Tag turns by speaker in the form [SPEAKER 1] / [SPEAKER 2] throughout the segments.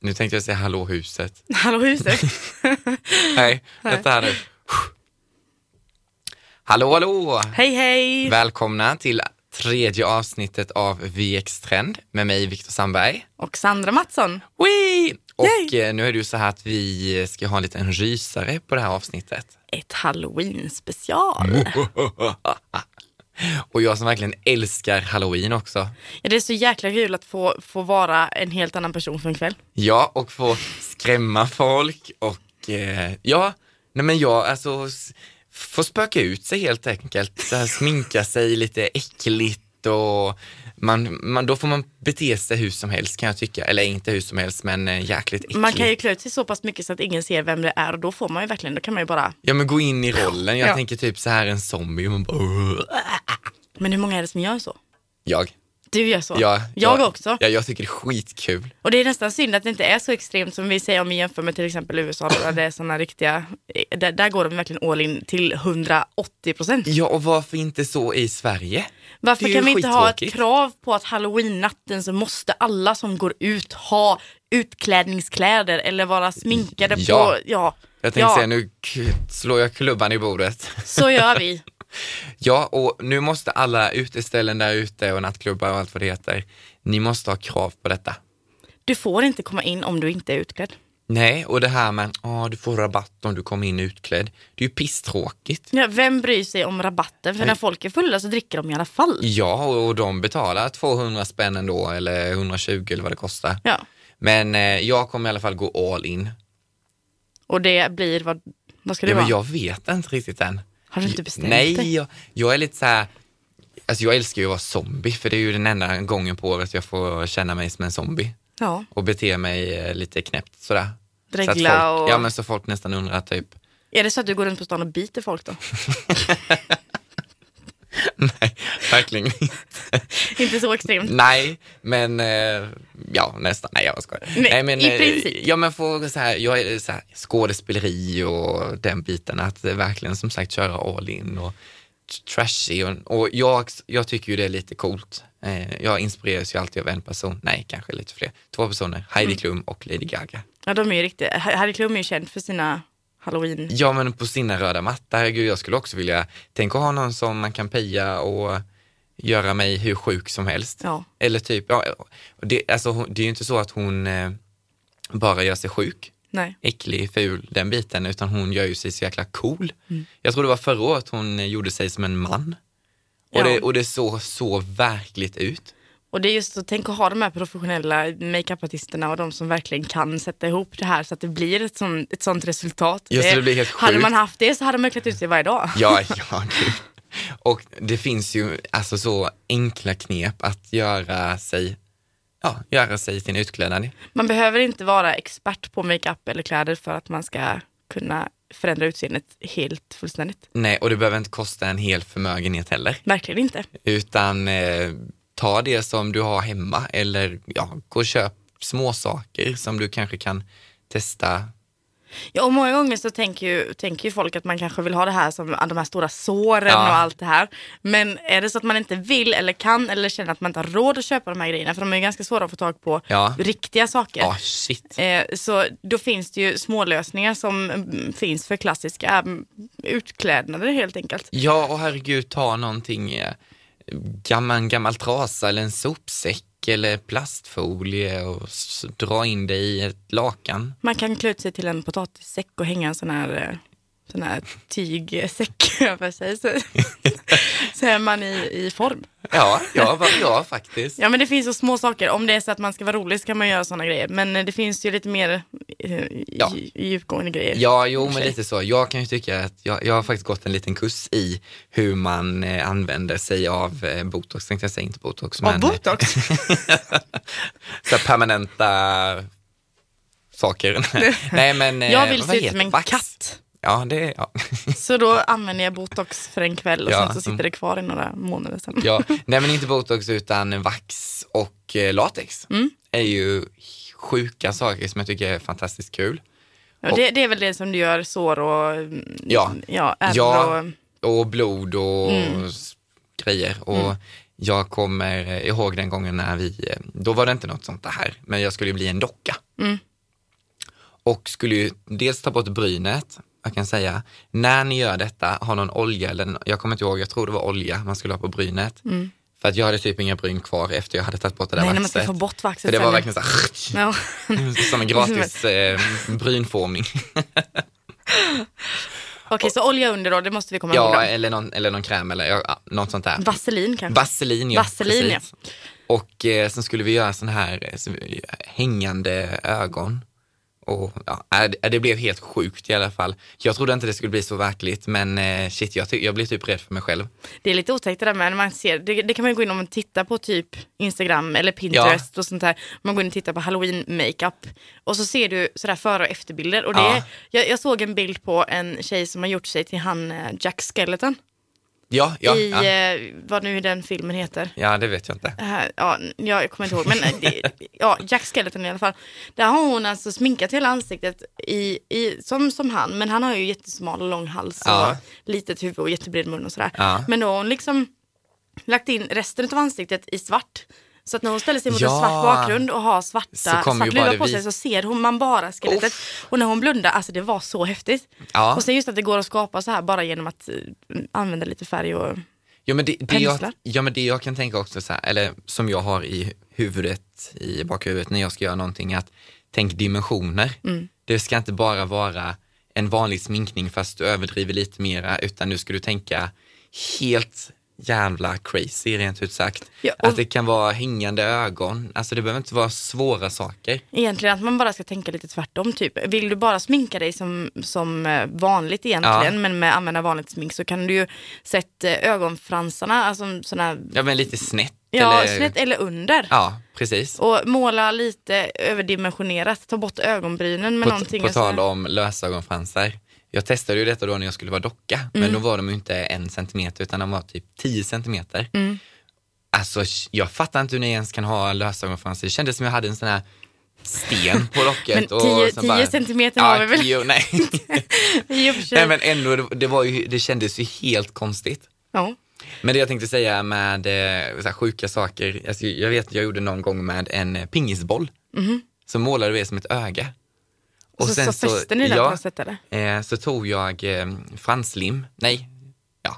[SPEAKER 1] nu tänkte jag säga hallå huset.
[SPEAKER 2] Hallå huset.
[SPEAKER 1] Nej, vänta här nu. Hallå, hallå!
[SPEAKER 2] hej hej.
[SPEAKER 1] Välkomna till tredje avsnittet av VX Trend med mig Viktor Sandberg.
[SPEAKER 2] Och Sandra Mattsson.
[SPEAKER 1] Wee! Och
[SPEAKER 2] Yay!
[SPEAKER 1] eh, nu är det ju så här att vi ska ha en liten rysare på det här avsnittet.
[SPEAKER 2] Ett halloween special.
[SPEAKER 1] Och jag som verkligen älskar halloween också.
[SPEAKER 2] Ja, det är så jäkla kul att få, få vara en helt annan person för en kväll.
[SPEAKER 1] Ja, och få skrämma folk och eh, ja, nej men jag alltså s- få spöka ut sig helt enkelt. Så här, sminka sig lite äckligt och man, man, då får man bete sig hur som helst kan jag tycka. Eller inte hur som helst men eh, jäkligt äckligt.
[SPEAKER 2] Man kan ju klä ut sig så pass mycket så att ingen ser vem det är och då får man ju verkligen, då kan man ju bara,
[SPEAKER 1] Ja men gå in i rollen, jag
[SPEAKER 2] Ja.
[SPEAKER 1] tänker typ så här en zombie, man bara, "Ugh."
[SPEAKER 2] men hur många är det som gör så?
[SPEAKER 1] jag.
[SPEAKER 2] Du gör så.
[SPEAKER 1] Ja,
[SPEAKER 2] jag också.
[SPEAKER 1] Ja, jag tycker det är skitkul.
[SPEAKER 2] Och det är nästan synd att det inte är så extremt som vi säger om vi jämför med till exempel USA där det är sådana riktiga, eh, där, där går de verkligen all in till 180 procent.
[SPEAKER 1] Ja och varför inte så i Sverige? Det är
[SPEAKER 2] Varför
[SPEAKER 1] ju
[SPEAKER 2] kan vi inte ha ett
[SPEAKER 1] skittråkigt.
[SPEAKER 2] krav på att halloween-natten så måste alla som går ut ha utklädningskläder eller vara sminkade
[SPEAKER 1] Ja.
[SPEAKER 2] på, ja.
[SPEAKER 1] Jag tänkte
[SPEAKER 2] ja,
[SPEAKER 1] säga nu k- slår jag klubban i bordet.
[SPEAKER 2] Så gör vi.
[SPEAKER 1] Ja, och nu måste alla uteställen där ute och nattklubbar och allt vad det heter, ni måste ha krav på detta.
[SPEAKER 2] Du får inte komma in om du inte är utklädd.
[SPEAKER 1] Nej, och det här med att du får rabatt om du kommer in utklädd, det är ju pisstråkigt.
[SPEAKER 2] Ja, vem bryr sig om rabatten? För när folk är fulla så dricker de i alla fall.
[SPEAKER 1] Ja, och och de betalar 200 spänn ändå, eller 120 eller vad det kostar.
[SPEAKER 2] Ja.
[SPEAKER 1] Men eh, jag kommer i alla fall gå all in.
[SPEAKER 2] Och det blir vad, vad ska det
[SPEAKER 1] Ja, men
[SPEAKER 2] vara?
[SPEAKER 1] jag vet inte riktigt än.
[SPEAKER 2] Har du inte bestämt dig?
[SPEAKER 1] Nej, jag, jag är lite så här, alltså jag älskar ju att vara zombie, för det är ju den enda gången på året jag får känna mig som en zombie.
[SPEAKER 2] Ja.
[SPEAKER 1] och bete mig eh, lite knäppt sådär. så
[SPEAKER 2] Dregla
[SPEAKER 1] att folk,
[SPEAKER 2] och-
[SPEAKER 1] Ja men så folk nästan undrar typ,
[SPEAKER 2] Är det så att du går runt på stan och biter folk då?
[SPEAKER 1] nej verkligen inte.
[SPEAKER 2] inte så extremt.
[SPEAKER 1] Nej men, eh, ja nästan, nej jag skojar.
[SPEAKER 2] Nej,
[SPEAKER 1] men,
[SPEAKER 2] i
[SPEAKER 1] eh,
[SPEAKER 2] princip.
[SPEAKER 1] Ja men få så här, jag är så här, skådespeleri och den biten, att eh, verkligen som sagt köra all in och t- trashy och, och jag, jag tycker ju det är lite coolt. Eh, Jag inspireras ju alltid av en person, nej kanske lite fler, två personer, Heidi
[SPEAKER 2] Mm.
[SPEAKER 1] Klum och Lady Gaga.
[SPEAKER 2] Ja, de är ju riktigt, Harry Klum är ju känd för sina halloween.
[SPEAKER 1] Ja men på sina röda matta, herregud jag skulle också vilja, tänk att ha någon som man kan peja och göra mig hur sjuk som helst.
[SPEAKER 2] Ja.
[SPEAKER 1] Eller typ, ja, det, alltså, hon- det är ju inte så att hon eh, bara gör sig sjuk,
[SPEAKER 2] Nej.
[SPEAKER 1] äcklig, ful, den biten, utan hon gör ju sig så jäkla cool.
[SPEAKER 2] Mm.
[SPEAKER 1] Jag tror det var förra året hon eh, gjorde sig som en man. Och,
[SPEAKER 2] Ja.
[SPEAKER 1] det, och det såg så verkligt ut.
[SPEAKER 2] Och det är just så, tänk att ha de här professionella makeupartisterna och de som verkligen kan sätta ihop det här så att det blir ett, sån, ett sånt resultat.
[SPEAKER 1] Just det, det blir helt
[SPEAKER 2] hade
[SPEAKER 1] sjukt.
[SPEAKER 2] man haft det så hade man klätt ut sig varje dag.
[SPEAKER 1] Ja, ja, gud. Och det finns ju alltså så enkla knep att göra sig, ja, göra sig till en utklädnad.
[SPEAKER 2] Man behöver inte vara expert på makeup eller kläder för att man ska kunna förändra utseendet helt fullständigt.
[SPEAKER 1] Nej, och det behöver inte kosta en hel förmögenhet heller,
[SPEAKER 2] Verkligen inte.
[SPEAKER 1] utan eh, ta det som du har hemma eller ja, gå och köp små saker som du kanske kan testa.
[SPEAKER 2] Ja, och många gånger så tänker ju, tänker ju folk att man kanske vill ha det här som de här stora såren
[SPEAKER 1] Ja.
[SPEAKER 2] och allt det här. Men är det så att man inte vill eller kan eller känner att man inte har råd att köpa de här grejerna, för de är ju ganska svåra att få tag på,
[SPEAKER 1] Ja.
[SPEAKER 2] riktiga saker.
[SPEAKER 1] Ja, shit.
[SPEAKER 2] Eh, Så då finns det ju smålösningar som mm, finns för klassiska mm, utklädnader helt enkelt.
[SPEAKER 1] Ja, och herregud, ta någonting, eh, gammal, en gammal trasa eller en sopsäck eller plastfolie och s- dra in det i ett lakan.
[SPEAKER 2] Man kan klä ut sig till en potatissäck och hänga en sån här, eh, sån här tygsäck över sig. Så, så är man i, i form.
[SPEAKER 1] Ja, ja, va- ja faktiskt.
[SPEAKER 2] Ja men det finns så små saker. Om det är så att man ska vara rolig så kan man göra såna grejer. Men eh, det finns ju lite mer eh,
[SPEAKER 1] Ja.
[SPEAKER 2] dju- djupgående grejer.
[SPEAKER 1] Ja, jo
[SPEAKER 2] I och för
[SPEAKER 1] men
[SPEAKER 2] sig.
[SPEAKER 1] lite så. Jag kan ju tycka att jag, jag har faktiskt gått en liten kurs i hur man eh, använder sig av eh, botox, tänkte jag säga, inte botox,
[SPEAKER 2] Av
[SPEAKER 1] men eh,
[SPEAKER 2] botox?
[SPEAKER 1] så här permanenta saker. Nej men, eh,
[SPEAKER 2] Jag vill
[SPEAKER 1] vad
[SPEAKER 2] se ut
[SPEAKER 1] heter
[SPEAKER 2] som en
[SPEAKER 1] det? Vax.
[SPEAKER 2] katt.
[SPEAKER 1] Ja, det är, ja.
[SPEAKER 2] Så då använder jag botox för en kväll och
[SPEAKER 1] Ja, mm.
[SPEAKER 2] sen så sitter det kvar i några månader sen.
[SPEAKER 1] ja. Nej men inte botox utan vax och eh, latex.
[SPEAKER 2] Mm.
[SPEAKER 1] är ju sjuka saker som jag tycker är fantastiskt kul.
[SPEAKER 2] Ja, det, det är väl det som du gör sår och mm,
[SPEAKER 1] Ja.
[SPEAKER 2] ja, ärr
[SPEAKER 1] Ja,
[SPEAKER 2] och
[SPEAKER 1] och blod och
[SPEAKER 2] Mm.
[SPEAKER 1] s- grejer. Och Jag
[SPEAKER 2] Mm.
[SPEAKER 1] kommer eh, ihåg den gången när vi, eh, då var det inte något sånt där här, men jag skulle ju bli en docka. och skulle ju dels ta bort brynet, jag kan säga, när ni gör detta, ha någon olja eller nå- jag kommer inte ihåg, jag tror det var olja man skulle ha på brynet. För att jag hade typ inga bryn kvar efter jag hade tagit bort det där
[SPEAKER 2] Mm. Nej, när man
[SPEAKER 1] vaxet.
[SPEAKER 2] ska få bort
[SPEAKER 1] för
[SPEAKER 2] vaxet.
[SPEAKER 1] det var
[SPEAKER 2] sen.
[SPEAKER 1] verkligen så här,
[SPEAKER 2] Ja.
[SPEAKER 1] Som en gratis eh, brynformning.
[SPEAKER 2] Okej, så olja under då, det måste vi komma ihåg.
[SPEAKER 1] Ja, eh,
[SPEAKER 2] då.
[SPEAKER 1] eller någon, eller någon kräm eller ja, något sånt där.
[SPEAKER 2] Vaselin kanske?
[SPEAKER 1] Vaselin, ja.
[SPEAKER 2] Vaselin, ja.
[SPEAKER 1] precis. Och eh, sen skulle vi göra sån här eh, så- hängande ögon. Och ja, äh, det- det blev helt sjukt i alla fall. Jag trodde inte det skulle bli så verkligt, men eh, shit, jag, ty- jag blev typ rädd för mig själv.
[SPEAKER 2] Det är lite otäckt det där med när man ser, det, det kan man ju gå in och titta på typ Instagram eller Pinterest och sånt där. Man går in och tittar på halloween makeup och så ser du sådär före och efterbilder. Och det,
[SPEAKER 1] Ja.
[SPEAKER 2] jag, jag såg en bild på en tjej som har gjort sig till han eh, Jack Skeleton
[SPEAKER 1] Ja, ja,
[SPEAKER 2] i
[SPEAKER 1] ja.
[SPEAKER 2] eh, vad nu den filmen heter.
[SPEAKER 1] ja det vet jag inte.
[SPEAKER 2] Det här- ja, ja, jag kommer inte ihåg, men eh, det, ja, Jack Skeleton i alla fall. Där har hon alltså sminkat hela ansiktet i, i, som, som han, men han har ju jättesmal och lång hals och
[SPEAKER 1] Ja.
[SPEAKER 2] litet huvud och jättebred mun och sådär.
[SPEAKER 1] Ja.
[SPEAKER 2] Men då har hon liksom lagt in resten av ansiktet i svart. Så att när hon ställer sig mot en
[SPEAKER 1] Ja.
[SPEAKER 2] svart bakgrund och har svarta,
[SPEAKER 1] Så kommer ju
[SPEAKER 2] svart
[SPEAKER 1] bara
[SPEAKER 2] luva
[SPEAKER 1] det
[SPEAKER 2] på sig
[SPEAKER 1] vit-
[SPEAKER 2] så ser hon man bara skelettet. Och när hon blundar, alltså det var så häftigt.
[SPEAKER 1] Ja.
[SPEAKER 2] Och sen just att det går att skapa så här bara genom att eh, använda lite färg och
[SPEAKER 1] Ja men det, det jag,
[SPEAKER 2] Penslar.
[SPEAKER 1] ja, men det jag kan tänka också, så här, eller som jag har i huvudet, i bakhuvudet när jag ska göra någonting, att tänk dimensioner.
[SPEAKER 2] Mm.
[SPEAKER 1] Det ska inte bara vara en vanlig sminkning fast du överdriver lite mera, utan nu ska du tänka helt jävla crazy rent ut sagt.
[SPEAKER 2] Ja, och-
[SPEAKER 1] Att det kan vara hängande ögon, alltså det behöver inte vara svåra saker.
[SPEAKER 2] Egentligen att man bara ska tänka lite tvärtom typ. Vill du bara sminka dig som, som eh, vanligt egentligen
[SPEAKER 1] Ja.
[SPEAKER 2] men med använda vanligt smink så kan du ju sätta eh, ögonfransarna, alltså sådana
[SPEAKER 1] Ja men lite snett.
[SPEAKER 2] ja,
[SPEAKER 1] eller,
[SPEAKER 2] snett eller under.
[SPEAKER 1] ja precis.
[SPEAKER 2] Och måla lite överdimensionerat, ta bort ögonbrynen med
[SPEAKER 1] På,
[SPEAKER 2] någonting.
[SPEAKER 1] på
[SPEAKER 2] och sådär.
[SPEAKER 1] tal om lösögonfransar. Jag testade ju detta då när jag skulle vara docka, men
[SPEAKER 2] Mm.
[SPEAKER 1] då var de ju inte en centimeter utan de var typ 10 centimeter.
[SPEAKER 2] Mm.
[SPEAKER 1] Alltså sh- jag fattar inte hur ni ens kan ha lösögonfransar. Det kändes som jag hade en sån här sten på locket.
[SPEAKER 2] Men
[SPEAKER 1] och
[SPEAKER 2] 10
[SPEAKER 1] sen
[SPEAKER 2] 10
[SPEAKER 1] bara-
[SPEAKER 2] centimeter
[SPEAKER 1] Ja,
[SPEAKER 2] har vi väl
[SPEAKER 1] tio- nej.
[SPEAKER 2] i och för sig.
[SPEAKER 1] nej men ändå, det, det, var ju, det kändes ju helt konstigt.
[SPEAKER 2] ja.
[SPEAKER 1] Men det jag tänkte säga med eh, så här sjuka saker, alltså, jag vet jag gjorde någon gång med en eh, pingisboll. Så målade vi det som ett öga.
[SPEAKER 2] Mhm. Och så, så fäster ni den på något sätt eller?
[SPEAKER 1] Eh, så tog jag eh, franslim, nej, ja.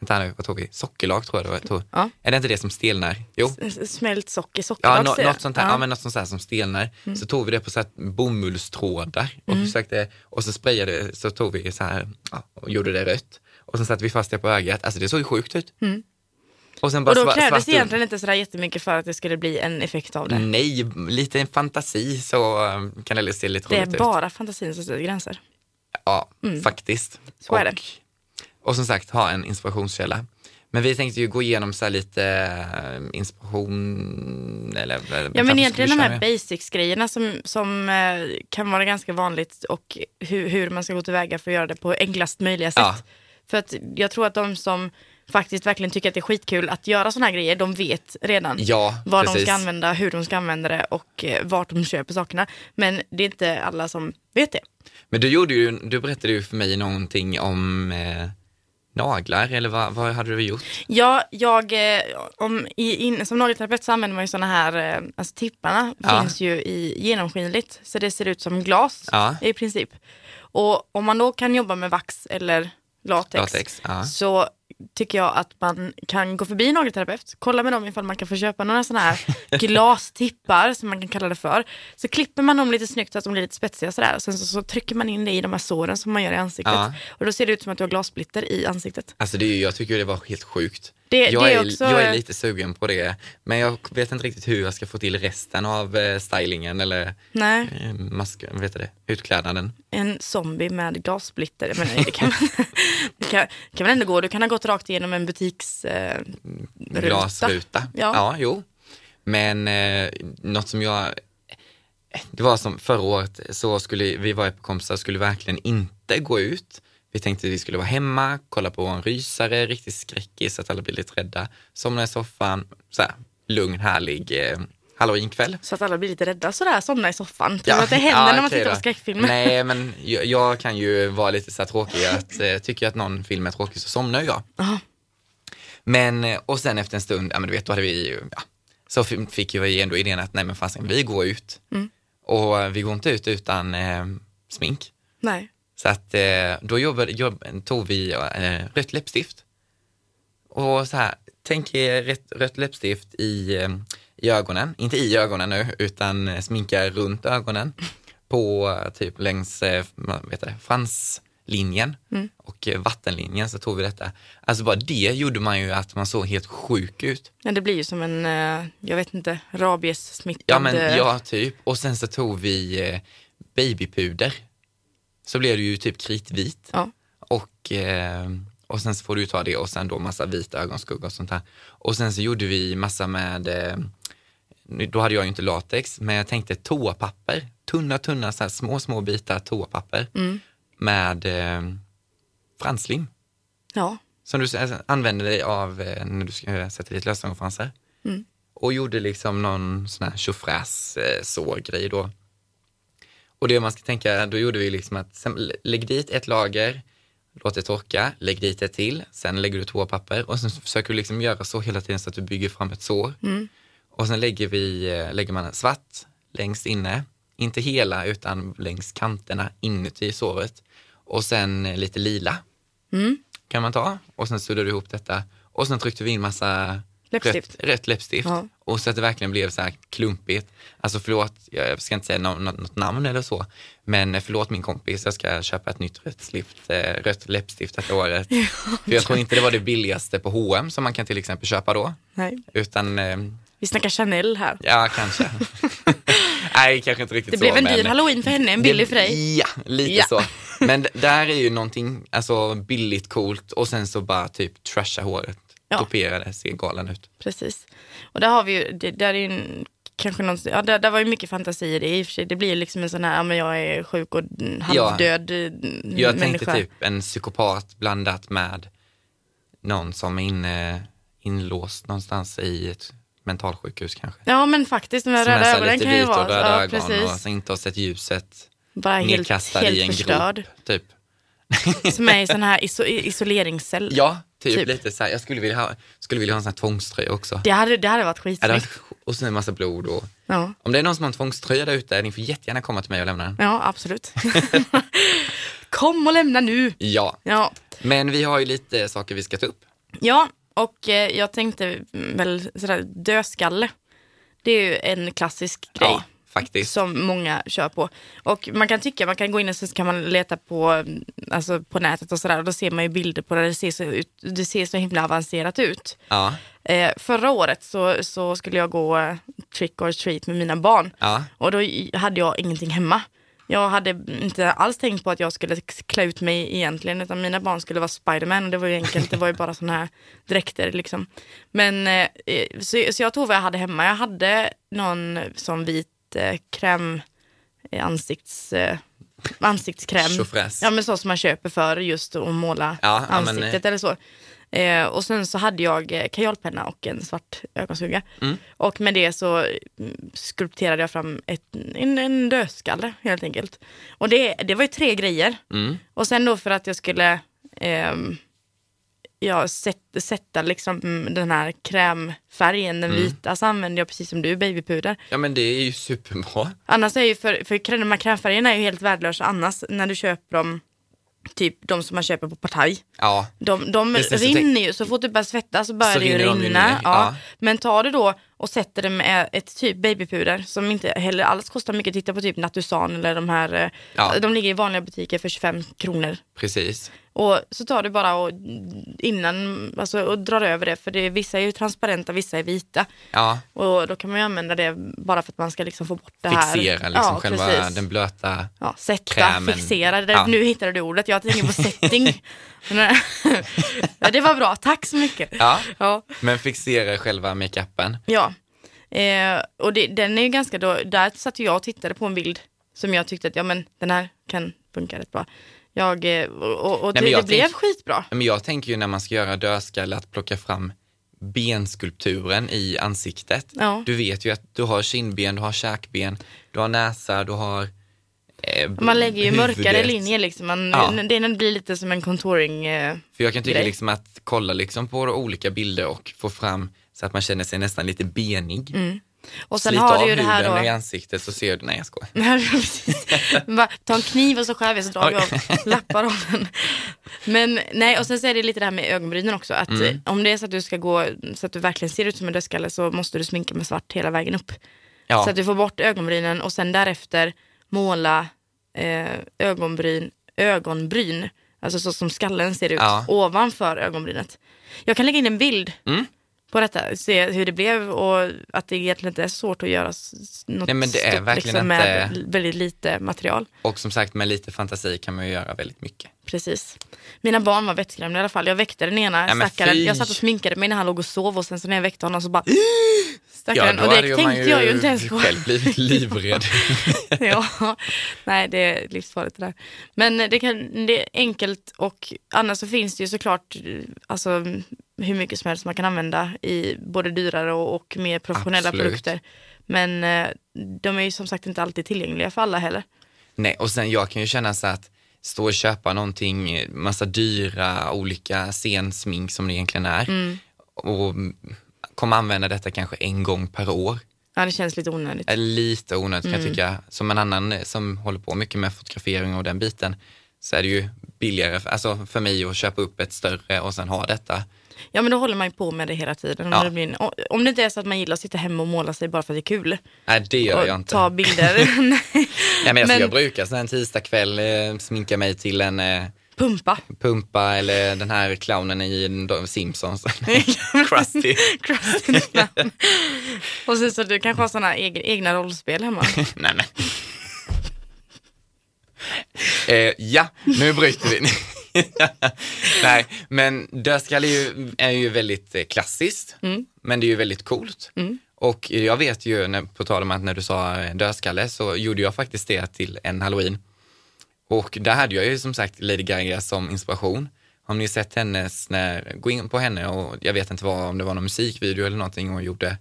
[SPEAKER 1] Vänta nu, vad tog vi? Sockerlag tror jag det var. Jag tog.
[SPEAKER 2] Ja.
[SPEAKER 1] Är det inte det som stelnar? Jo.
[SPEAKER 2] S- Smält socker,
[SPEAKER 1] Ja,
[SPEAKER 2] sockerlag
[SPEAKER 1] nå-
[SPEAKER 2] säger jag.
[SPEAKER 1] något sånt här, ja. men något sånt här som stelnar.
[SPEAKER 2] Mm.
[SPEAKER 1] Så tog vi det på så här bomullstrådar och försökte, och så sprayade, så tog vi så här, ja, och gjorde det rött. Och sen satte vi fast det på ögat, alltså det såg ju sjukt ut. Och sen bara
[SPEAKER 2] Mm. Och då
[SPEAKER 1] sva-
[SPEAKER 2] krävdes
[SPEAKER 1] svart Mm.
[SPEAKER 2] det
[SPEAKER 1] un-
[SPEAKER 2] egentligen inte sådär jättemycket för att det skulle bli en effekt av det.
[SPEAKER 1] Nej, lite fantasi så eh, kan det se lite
[SPEAKER 2] Det
[SPEAKER 1] roligt
[SPEAKER 2] är
[SPEAKER 1] ut.
[SPEAKER 2] bara fantasin som sätter gränser.
[SPEAKER 1] Ja, faktiskt.
[SPEAKER 2] Mm. Så är det.
[SPEAKER 1] Och, och som sagt, ha en inspirationskälla. Men vi tänkte ju gå igenom så här lite eh, inspiration eller... eller
[SPEAKER 2] Ja men
[SPEAKER 1] kanske
[SPEAKER 2] egentligen
[SPEAKER 1] skulle
[SPEAKER 2] de
[SPEAKER 1] köra-
[SPEAKER 2] här basics-grejerna som, som eh, kan vara ganska vanligt och hur, hur man ska gå tillväga för att göra det på enklast möjliga sätt.
[SPEAKER 1] Ja.
[SPEAKER 2] För att jag tror att de som faktiskt verkligen tycker att det är skitkul att göra sådana här grejer, de vet redan
[SPEAKER 1] Ja,
[SPEAKER 2] vad
[SPEAKER 1] precis.
[SPEAKER 2] de ska använda, hur de ska använda det och eh, vart de köper sakerna. Men det är inte alla som vet det.
[SPEAKER 1] Men du, gjorde ju, du berättade ju för mig någonting om eh, naglar eller vad, vad hade du gjort?
[SPEAKER 2] Ja, jag, eh, om, i, in, som nagelterapeut så använder man ju sådana här, eh, alltså tipparna
[SPEAKER 1] Ja.
[SPEAKER 2] finns ju i genomskinligt, så det ser ut som glas
[SPEAKER 1] Ja.
[SPEAKER 2] i princip. Och om man då kan jobba med vax eller latex,
[SPEAKER 1] Latex, ja.
[SPEAKER 2] så tycker jag att man kan gå förbi en nagelterapeut, kolla med dem ifall man kan få köpa några sådana här glastippar som man kan kalla det för. Så klipper man dem lite snyggt så att de blir lite spetsiga sådär, och sen så, så trycker man in det i de här såren som man gör i ansiktet.
[SPEAKER 1] Ja.
[SPEAKER 2] Och då ser det ut som att du har glassplitter i ansiktet.
[SPEAKER 1] Alltså det, är ju- jag tycker ju det var helt sjukt.
[SPEAKER 2] Det-
[SPEAKER 1] jag,
[SPEAKER 2] det är
[SPEAKER 1] är,
[SPEAKER 2] också-
[SPEAKER 1] jag är lite sugen på det, men jag vet inte riktigt hur jag ska få till resten av eh, stylingen eller
[SPEAKER 2] Nej.
[SPEAKER 1] eh, mask, vad heter det, utklädnaden.
[SPEAKER 2] En zombie med glassplitter. Men det kan, det kan, kan väl ändå gå. Du kan ha gått rakt igenom en butiks... Eh,
[SPEAKER 1] Mm,
[SPEAKER 2] Ruta.
[SPEAKER 1] glasruta.
[SPEAKER 2] Ja.
[SPEAKER 1] jo. Men eh, något som jag, det var som förra året så skulle vi var på kompisar skulle verkligen inte gå ut. Vi tänkte vi skulle vara hemma, kolla på en rysare, riktigt skräckis så att alla blir lite rädda. Somna i soffan, så här, lugn, härlig eh, halloweenkväll.
[SPEAKER 2] så att alla blir lite rädda sådär, somna i soffan. Tror
[SPEAKER 1] Ja,
[SPEAKER 2] du att det händer
[SPEAKER 1] ja,
[SPEAKER 2] när man
[SPEAKER 1] okej
[SPEAKER 2] tittar
[SPEAKER 1] då.
[SPEAKER 2] på skräckfilmer?
[SPEAKER 1] Nej, men jag, jag kan ju vara lite så här tråkig. Att, eh, tycker jag att någon film är tråkig så somnar jag. Men, eh, och sen efter en
[SPEAKER 2] Mm.
[SPEAKER 1] stund, ja men du vet, då hade vi ju, ja, så fi- fick ju vi ändå idén att nej men fasen, vi går ut. Och vi går inte ut utan eh, smink.
[SPEAKER 2] Nej.
[SPEAKER 1] Så att eh, då jobbade, jobb, tog vi eh, rött läppstift. Och så här, tänk er rött, rött läppstift i, eh, i ögonen, inte i ögonen nu, utan eh, sminka runt ögonen på eh, typ längs eh, vad heter det, franslinjen och eh, vattenlinjen så tog vi detta. Alltså bara det gjorde man ju att man såg helt sjuk ut.
[SPEAKER 2] Ja, det blir ju som en, eh, jag vet inte, rabiessmittad...
[SPEAKER 1] Ja men
[SPEAKER 2] eh,
[SPEAKER 1] ja, typ. Och sen så tog vi eh, babypuder. Så blev det ju typ kritvit.
[SPEAKER 2] ja.
[SPEAKER 1] Och, eh, och sen så får du ta det och sen då massa vita ögonskugga och sånt här. Och sen så gjorde vi massa med, eh, då hade jag ju inte latex, men jag tänkte toapapper. Tunna, tunna, så här små, små bitar toapapper
[SPEAKER 2] mm.
[SPEAKER 1] med eh, franslim
[SPEAKER 2] Ja.
[SPEAKER 1] som du s- alltså, använder dig av eh, när du ska eh, sätta dit lösögonfransar. Och gjorde liksom någon sån här tjofräs eh, sågrej då. Och det man ska tänka, då gjorde vi liksom att sen, lä- lägg dit ett lager, låt det torka, lägg dit ett till, sen lägger du toapapper och sen försöker du liksom göra så hela tiden så att du bygger fram ett sår. Och sen lägger, vi, eh, lägger man svart längst inne, inte hela utan längs kanterna inuti såret. Och sen eh, lite lila
[SPEAKER 2] Mm.
[SPEAKER 1] kan man ta och sen suddade du ihop detta och sen tryckte vi in massa
[SPEAKER 2] Läppstift.
[SPEAKER 1] Rött, rött läppstift
[SPEAKER 2] Ja.
[SPEAKER 1] och så att det verkligen blev så här klumpigt. Alltså förlåt, jag ska inte säga nå- nå- något namn eller så, men eh, förlåt min kompis, jag ska köpa ett nytt rött, slift, eh, rött läppstift detta året. För jag tror inte det var det billigaste på H&M som man kan till exempel köpa då,
[SPEAKER 2] Nej.
[SPEAKER 1] utan eh,
[SPEAKER 2] Vi snackar Chanel här.
[SPEAKER 1] ja, kanske. Nej, kanske inte riktigt
[SPEAKER 2] Det
[SPEAKER 1] så.
[SPEAKER 2] blev en dyr
[SPEAKER 1] men-
[SPEAKER 2] halloween för henne, en billig för dig.
[SPEAKER 1] Ja, lite
[SPEAKER 2] Ja.
[SPEAKER 1] så. Men d- där är ju någonting alltså, billigt, coolt och sen så bara typ trasha håret.
[SPEAKER 2] Ja.
[SPEAKER 1] Topera det, ser galen ut.
[SPEAKER 2] Precis. Och där har vi ju, det, där är ju en, kanske någon, ja, där, där var ju mycket fantasier i och för sig. Det blir ju liksom en sån här, ja men jag är sjuk och mm,
[SPEAKER 1] Ja.
[SPEAKER 2] halvdöd eh,
[SPEAKER 1] Jag
[SPEAKER 2] människa.
[SPEAKER 1] tänkte typ en psykopat blandat med någon som är inne, inlåst någonstans i ett mentalsjukhus kanske.
[SPEAKER 2] Ja men faktiskt, de här
[SPEAKER 1] Som är
[SPEAKER 2] röda
[SPEAKER 1] så här
[SPEAKER 2] ögonen
[SPEAKER 1] lite
[SPEAKER 2] kan ju
[SPEAKER 1] vit och
[SPEAKER 2] vara
[SPEAKER 1] röda
[SPEAKER 2] ja,
[SPEAKER 1] ögon och
[SPEAKER 2] precis.
[SPEAKER 1] som inte har sett ljuset
[SPEAKER 2] Bara helt,
[SPEAKER 1] nedkastad i
[SPEAKER 2] helt
[SPEAKER 1] en
[SPEAKER 2] förstörd.
[SPEAKER 1] grop. Typ.
[SPEAKER 2] Som är i sån här iso, isoleringscell.
[SPEAKER 1] Ja, typ,
[SPEAKER 2] Typ.
[SPEAKER 1] lite så här. Jag skulle vilja ha, skulle vilja ha en sån här tvångströja också.
[SPEAKER 2] Det, hade, det hade varit
[SPEAKER 1] Ja, det
[SPEAKER 2] skitsnyggt.
[SPEAKER 1] var- Och sen en massa blod och
[SPEAKER 2] Ja.
[SPEAKER 1] Om det är någon som har en tvångströja där ute, ni får jättegärna komma till mig och lämna den.
[SPEAKER 2] ja, absolut. Kom och lämna nu.
[SPEAKER 1] Ja,
[SPEAKER 2] Ja,
[SPEAKER 1] men vi har ju lite saker vi ska ta upp.
[SPEAKER 2] Ja, och eh, jag tänkte väl sådär, dödskalle. Det är ju en klassisk grej.
[SPEAKER 1] Ja, faktiskt.
[SPEAKER 2] Som många kör på. Och man kan tycka, man kan gå in och så kan man leta på, mm, alltså på nätet och sådär. Och då ser man ju bilder på det. Det ser så, ut, det ser så himla avancerat ut.
[SPEAKER 1] Ja,
[SPEAKER 2] Eh, förra året så, så skulle jag gå eh, trick or treat med mina barn.
[SPEAKER 1] ja,
[SPEAKER 2] Och då i- hade jag ingenting hemma. Jag hade inte alls tänkt på att jag skulle klä ut mig egentligen, utan mina barn skulle vara Spiderman och det var ju enkelt, det var ju bara sådana här dräkter liksom. Men eh, så, så jag tog vad jag hade hemma. Jag hade någon sån vit eh, kräm, eh, ansikts, eh, ansiktskräm.
[SPEAKER 1] Tjofräs.
[SPEAKER 2] Ehm, Ja men så som man köper för just att måla
[SPEAKER 1] Ja, ja, men, eh.
[SPEAKER 2] ansiktet eller så. Eh, och sen så hade jag eh, kajalpenna och en svart ögonskugga.
[SPEAKER 1] Mm.
[SPEAKER 2] Och med det så mm, skulpterade jag fram ett, en, en dödskalle helt enkelt. Och det, det var ju tre grejer.
[SPEAKER 1] Mm.
[SPEAKER 2] Och sen då för att jag skulle ehm, ja, sätt, sätta liksom mm, den här krämfärgen,
[SPEAKER 1] Mm.
[SPEAKER 2] den vita, så använde jag precis som du babypuder.
[SPEAKER 1] ja men det är ju superbra.
[SPEAKER 2] Annars är ju för, för krä- de här krämfärgerna är ju helt värdelösa annars när du köper dem, typ de som man köper på Partaj.
[SPEAKER 1] Ja,
[SPEAKER 2] De, de
[SPEAKER 1] Just det, så
[SPEAKER 2] rinner ju, så fort du börjar svettas så börjar
[SPEAKER 1] Så
[SPEAKER 2] det ju
[SPEAKER 1] rinner de ju
[SPEAKER 2] rinna.
[SPEAKER 1] ner,
[SPEAKER 2] Ja.
[SPEAKER 1] ja.
[SPEAKER 2] Men tar du då och sätter det med ett typ babypuder som inte heller alls kostar mycket, titta på typ Natusan eller de här, eh,
[SPEAKER 1] Ja.
[SPEAKER 2] de ligger i vanliga butiker för 25 kronor.
[SPEAKER 1] precis.
[SPEAKER 2] Och så tar du bara och innan, alltså och drar över det, för det, är- vissa är ju transparenta, vissa är vita.
[SPEAKER 1] Ja,
[SPEAKER 2] Och då kan man ju använda det bara för att man ska liksom få bort det här.
[SPEAKER 1] fixera liksom själva
[SPEAKER 2] precis.
[SPEAKER 1] den blöta.
[SPEAKER 2] Ja, sätta,
[SPEAKER 1] Krämen.
[SPEAKER 2] fixera. Det,
[SPEAKER 1] Ja.
[SPEAKER 2] Nu hittade du ordet, jag tänker på setting. Men, ja, det var bra, tack så mycket.
[SPEAKER 1] Ja,
[SPEAKER 2] Ja.
[SPEAKER 1] men fixera själva makeupen.
[SPEAKER 2] ja. Eh, och det, den är ju ganska då, där satt ju jag och tittade på en bild som jag tyckte att ja, men, den här kan funka rätt bra. Jag, eh, och och, och
[SPEAKER 1] Nej,
[SPEAKER 2] det,
[SPEAKER 1] men jag
[SPEAKER 2] det blev
[SPEAKER 1] tänk-
[SPEAKER 2] skitbra.
[SPEAKER 1] Men jag tänker ju när man ska göra dödskalle att plocka fram benskulpturen i ansiktet.
[SPEAKER 2] Ja.
[SPEAKER 1] Du vet ju att du har kindben, du har käkben, du har näsa, du har eh,
[SPEAKER 2] Man lägger ju mörkare
[SPEAKER 1] huvudet.
[SPEAKER 2] linjer liksom. Man,
[SPEAKER 1] Ja.
[SPEAKER 2] det, den blir lite som en contouring. Eh,
[SPEAKER 1] För jag kan tycka
[SPEAKER 2] grej.
[SPEAKER 1] liksom att kolla liksom på olika bilder och få fram så att man känner sig nästan lite benig.
[SPEAKER 2] Och Mm, sen
[SPEAKER 1] Slita
[SPEAKER 2] har
[SPEAKER 1] av
[SPEAKER 2] du ju det här
[SPEAKER 1] huden i
[SPEAKER 2] då.
[SPEAKER 1] ansiktet så ser du, nej jag skojar.
[SPEAKER 2] Nej, precis. Bara, Ta en kniv och så skär vi så drar vi av lappar av den. Men nej, och sen så är det lite det här med ögonbrynen också. Att eh, Om det är så att du ska gå så att du verkligen ser ut som en dödskalle så måste du sminka med svart hela vägen upp.
[SPEAKER 1] Ja.
[SPEAKER 2] Så att du får bort ögonbrynen och sen därefter måla eh, ögonbryn, ögonbryn, alltså så som skallen ser ut,
[SPEAKER 1] Ja.
[SPEAKER 2] ovanför ögonbrynet. Jag kan lägga in en bild
[SPEAKER 1] Mm.
[SPEAKER 2] på detta, se hur det blev och att det egentligen inte är så svårt att göra s- s- något
[SPEAKER 1] Nej, men det är
[SPEAKER 2] stort,
[SPEAKER 1] verkligen
[SPEAKER 2] liksom, med
[SPEAKER 1] inte-
[SPEAKER 2] l- väldigt lite material.
[SPEAKER 1] Och som sagt, med lite fantasi kan man ju göra väldigt mycket.
[SPEAKER 2] Precis. Mina barn var vettskrämda i alla fall. Jag väckte den ena
[SPEAKER 1] Ja, men
[SPEAKER 2] stackaren.
[SPEAKER 1] fy.
[SPEAKER 2] Jag satt och sminkade mig när han låg och sov och sen så när jag väckte honom så bara
[SPEAKER 1] Ja,
[SPEAKER 2] stackaren.
[SPEAKER 1] då
[SPEAKER 2] och det
[SPEAKER 1] hade
[SPEAKER 2] tänkte
[SPEAKER 1] man
[SPEAKER 2] jag ju inte ens på.
[SPEAKER 1] själv blivit livrädd.
[SPEAKER 2] ja, nej det är livsfarligt det där. Men det, kan, det är enkelt och annars så finns det ju såklart eh, alltså, hur mycket som helst man kan använda i både dyrare och, och mer professionella
[SPEAKER 1] Absolut.
[SPEAKER 2] produkter. Men eh, de är ju som sagt inte alltid tillgängliga för alla heller.
[SPEAKER 1] Nej, och sen jag kan ju känna så att stå och köpa någonting, eh, massa dyra olika scensmink som det egentligen är och mm, kommer använda detta kanske en gång per år.
[SPEAKER 2] Ja, det känns lite onödigt.
[SPEAKER 1] Är lite onödigt kan
[SPEAKER 2] Mm.
[SPEAKER 1] jag tycka. Som en annan eh, som håller på mycket med fotografering och den biten så är det ju billigare för, alltså för mig att köpa upp ett större och sen ha detta.
[SPEAKER 2] Ja men då håller man ju på med det hela tiden. Om,
[SPEAKER 1] Ja.
[SPEAKER 2] det blir en, o- om det inte är så att man gillar att sitta hemma och måla sig bara för att det är kul.
[SPEAKER 1] Nej, det gör jag
[SPEAKER 2] Och
[SPEAKER 1] inte.
[SPEAKER 2] ta bilder. Nej.
[SPEAKER 1] Nej, men alltså,
[SPEAKER 2] men-
[SPEAKER 1] Jag brukar så här en tisdagkväll eh, sminka mig till en eh,
[SPEAKER 2] Pumpa.
[SPEAKER 1] pumpa eller den här clownen i de- Simpsons. Krusty.
[SPEAKER 2] Crusty namn. Och sen så du kanske har sådana egna, egna rollspel hemma.
[SPEAKER 1] Nej, men. eh, ja, nu bryter vi. Nej, men dödskalle är ju, är ju väldigt eh, klassiskt, men det är ju väldigt coolt. Och jag vet ju, när, på tal om att när du sa eh, dödskalle, så gjorde jag faktiskt det till en halloween. Och där hade jag ju som sagt Lady Gaga som inspiration. Om ni sett hennes, när, gå in på henne och jag vet inte vad, om det var någon musikvideo eller någonting hon gjorde,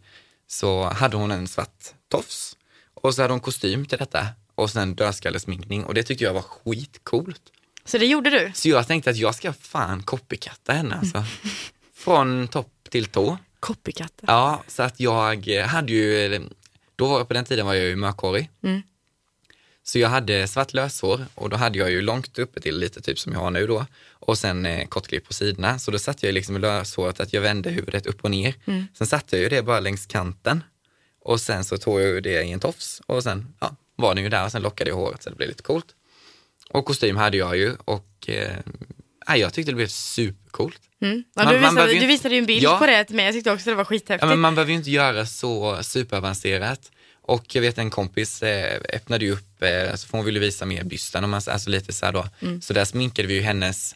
[SPEAKER 1] så hade hon en svart tofs och så hade hon kostym till detta och sen dödskallesminkning och det tyckte jag var skitcoolt.
[SPEAKER 2] Så det gjorde du.
[SPEAKER 1] Så jag tänkte att jag ska fan copycatta henne alltså. Från topp till tå.
[SPEAKER 2] Copycat.
[SPEAKER 1] Ja, så att jag eh, hade ju, eh, då var, på den tiden var jag ju mörkhårig. Så jag hade svart löshår och då hade jag ju långt uppe till lite typ som jag har nu då och sen eh, kortklipp på sidorna. Så då satte jag ju liksom i löshåret att jag vände huvudet upp och ner. Sen satte jag ju det bara längs kanten och sen så tog jag ju det i en tofs och sen ja, var den ju där och sen lockade jag håret så det blev lite coolt. Och kostym hade jag ju och eh, nej, jag tyckte det blev supercoolt.
[SPEAKER 2] Mm. Ja,
[SPEAKER 1] Man-
[SPEAKER 2] du,
[SPEAKER 1] man behöver
[SPEAKER 2] visade,
[SPEAKER 1] ju
[SPEAKER 2] du
[SPEAKER 1] inte-
[SPEAKER 2] visade ju en bild
[SPEAKER 1] Ja.
[SPEAKER 2] på det till mig. Jag tyckte också det var skithäftigt.
[SPEAKER 1] Ja, men man behöver ju inte göra så superavancerat. Och jag vet en kompis eh, öppnade ju upp, eh, alltså, för hon ville visa mer bysten, om man, alltså lite så här då.
[SPEAKER 2] Mm.
[SPEAKER 1] Så där sminkade vi ju hennes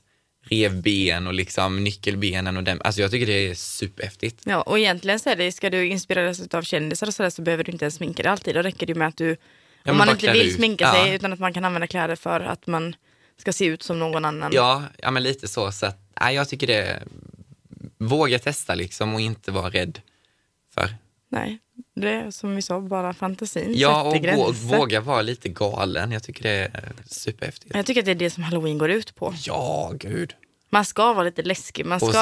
[SPEAKER 1] revben och liksom nyckelbenen och den. Alltså jag tycker det är superhäftigt.
[SPEAKER 2] Ja, och egentligen så är det, ska du inspireras av kändisar och sådär så behöver du inte ens sminka dig alltid. Då räcker det ju med att du, om
[SPEAKER 1] men
[SPEAKER 2] man
[SPEAKER 1] bara
[SPEAKER 2] inte
[SPEAKER 1] klär
[SPEAKER 2] vill
[SPEAKER 1] ut.
[SPEAKER 2] sminka
[SPEAKER 1] Ja.
[SPEAKER 2] sig utan att man kan använda kläder för att man ska se ut som någon annan.
[SPEAKER 1] Ja, ja men lite så. så att, nej, jag tycker det, våga testa liksom och inte vara rädd
[SPEAKER 2] Mm,
[SPEAKER 1] för.
[SPEAKER 2] Nej, det är som vi sa, bara fantasin
[SPEAKER 1] Ja,
[SPEAKER 2] sätter
[SPEAKER 1] och gå,
[SPEAKER 2] gränser.
[SPEAKER 1] våga vara lite galen. Jag tycker det är superhäftigt.
[SPEAKER 2] Jag tycker att det är det som halloween går ut på.
[SPEAKER 1] Ja, gud.
[SPEAKER 2] Man ska vara lite läskig, man ska...
[SPEAKER 1] Och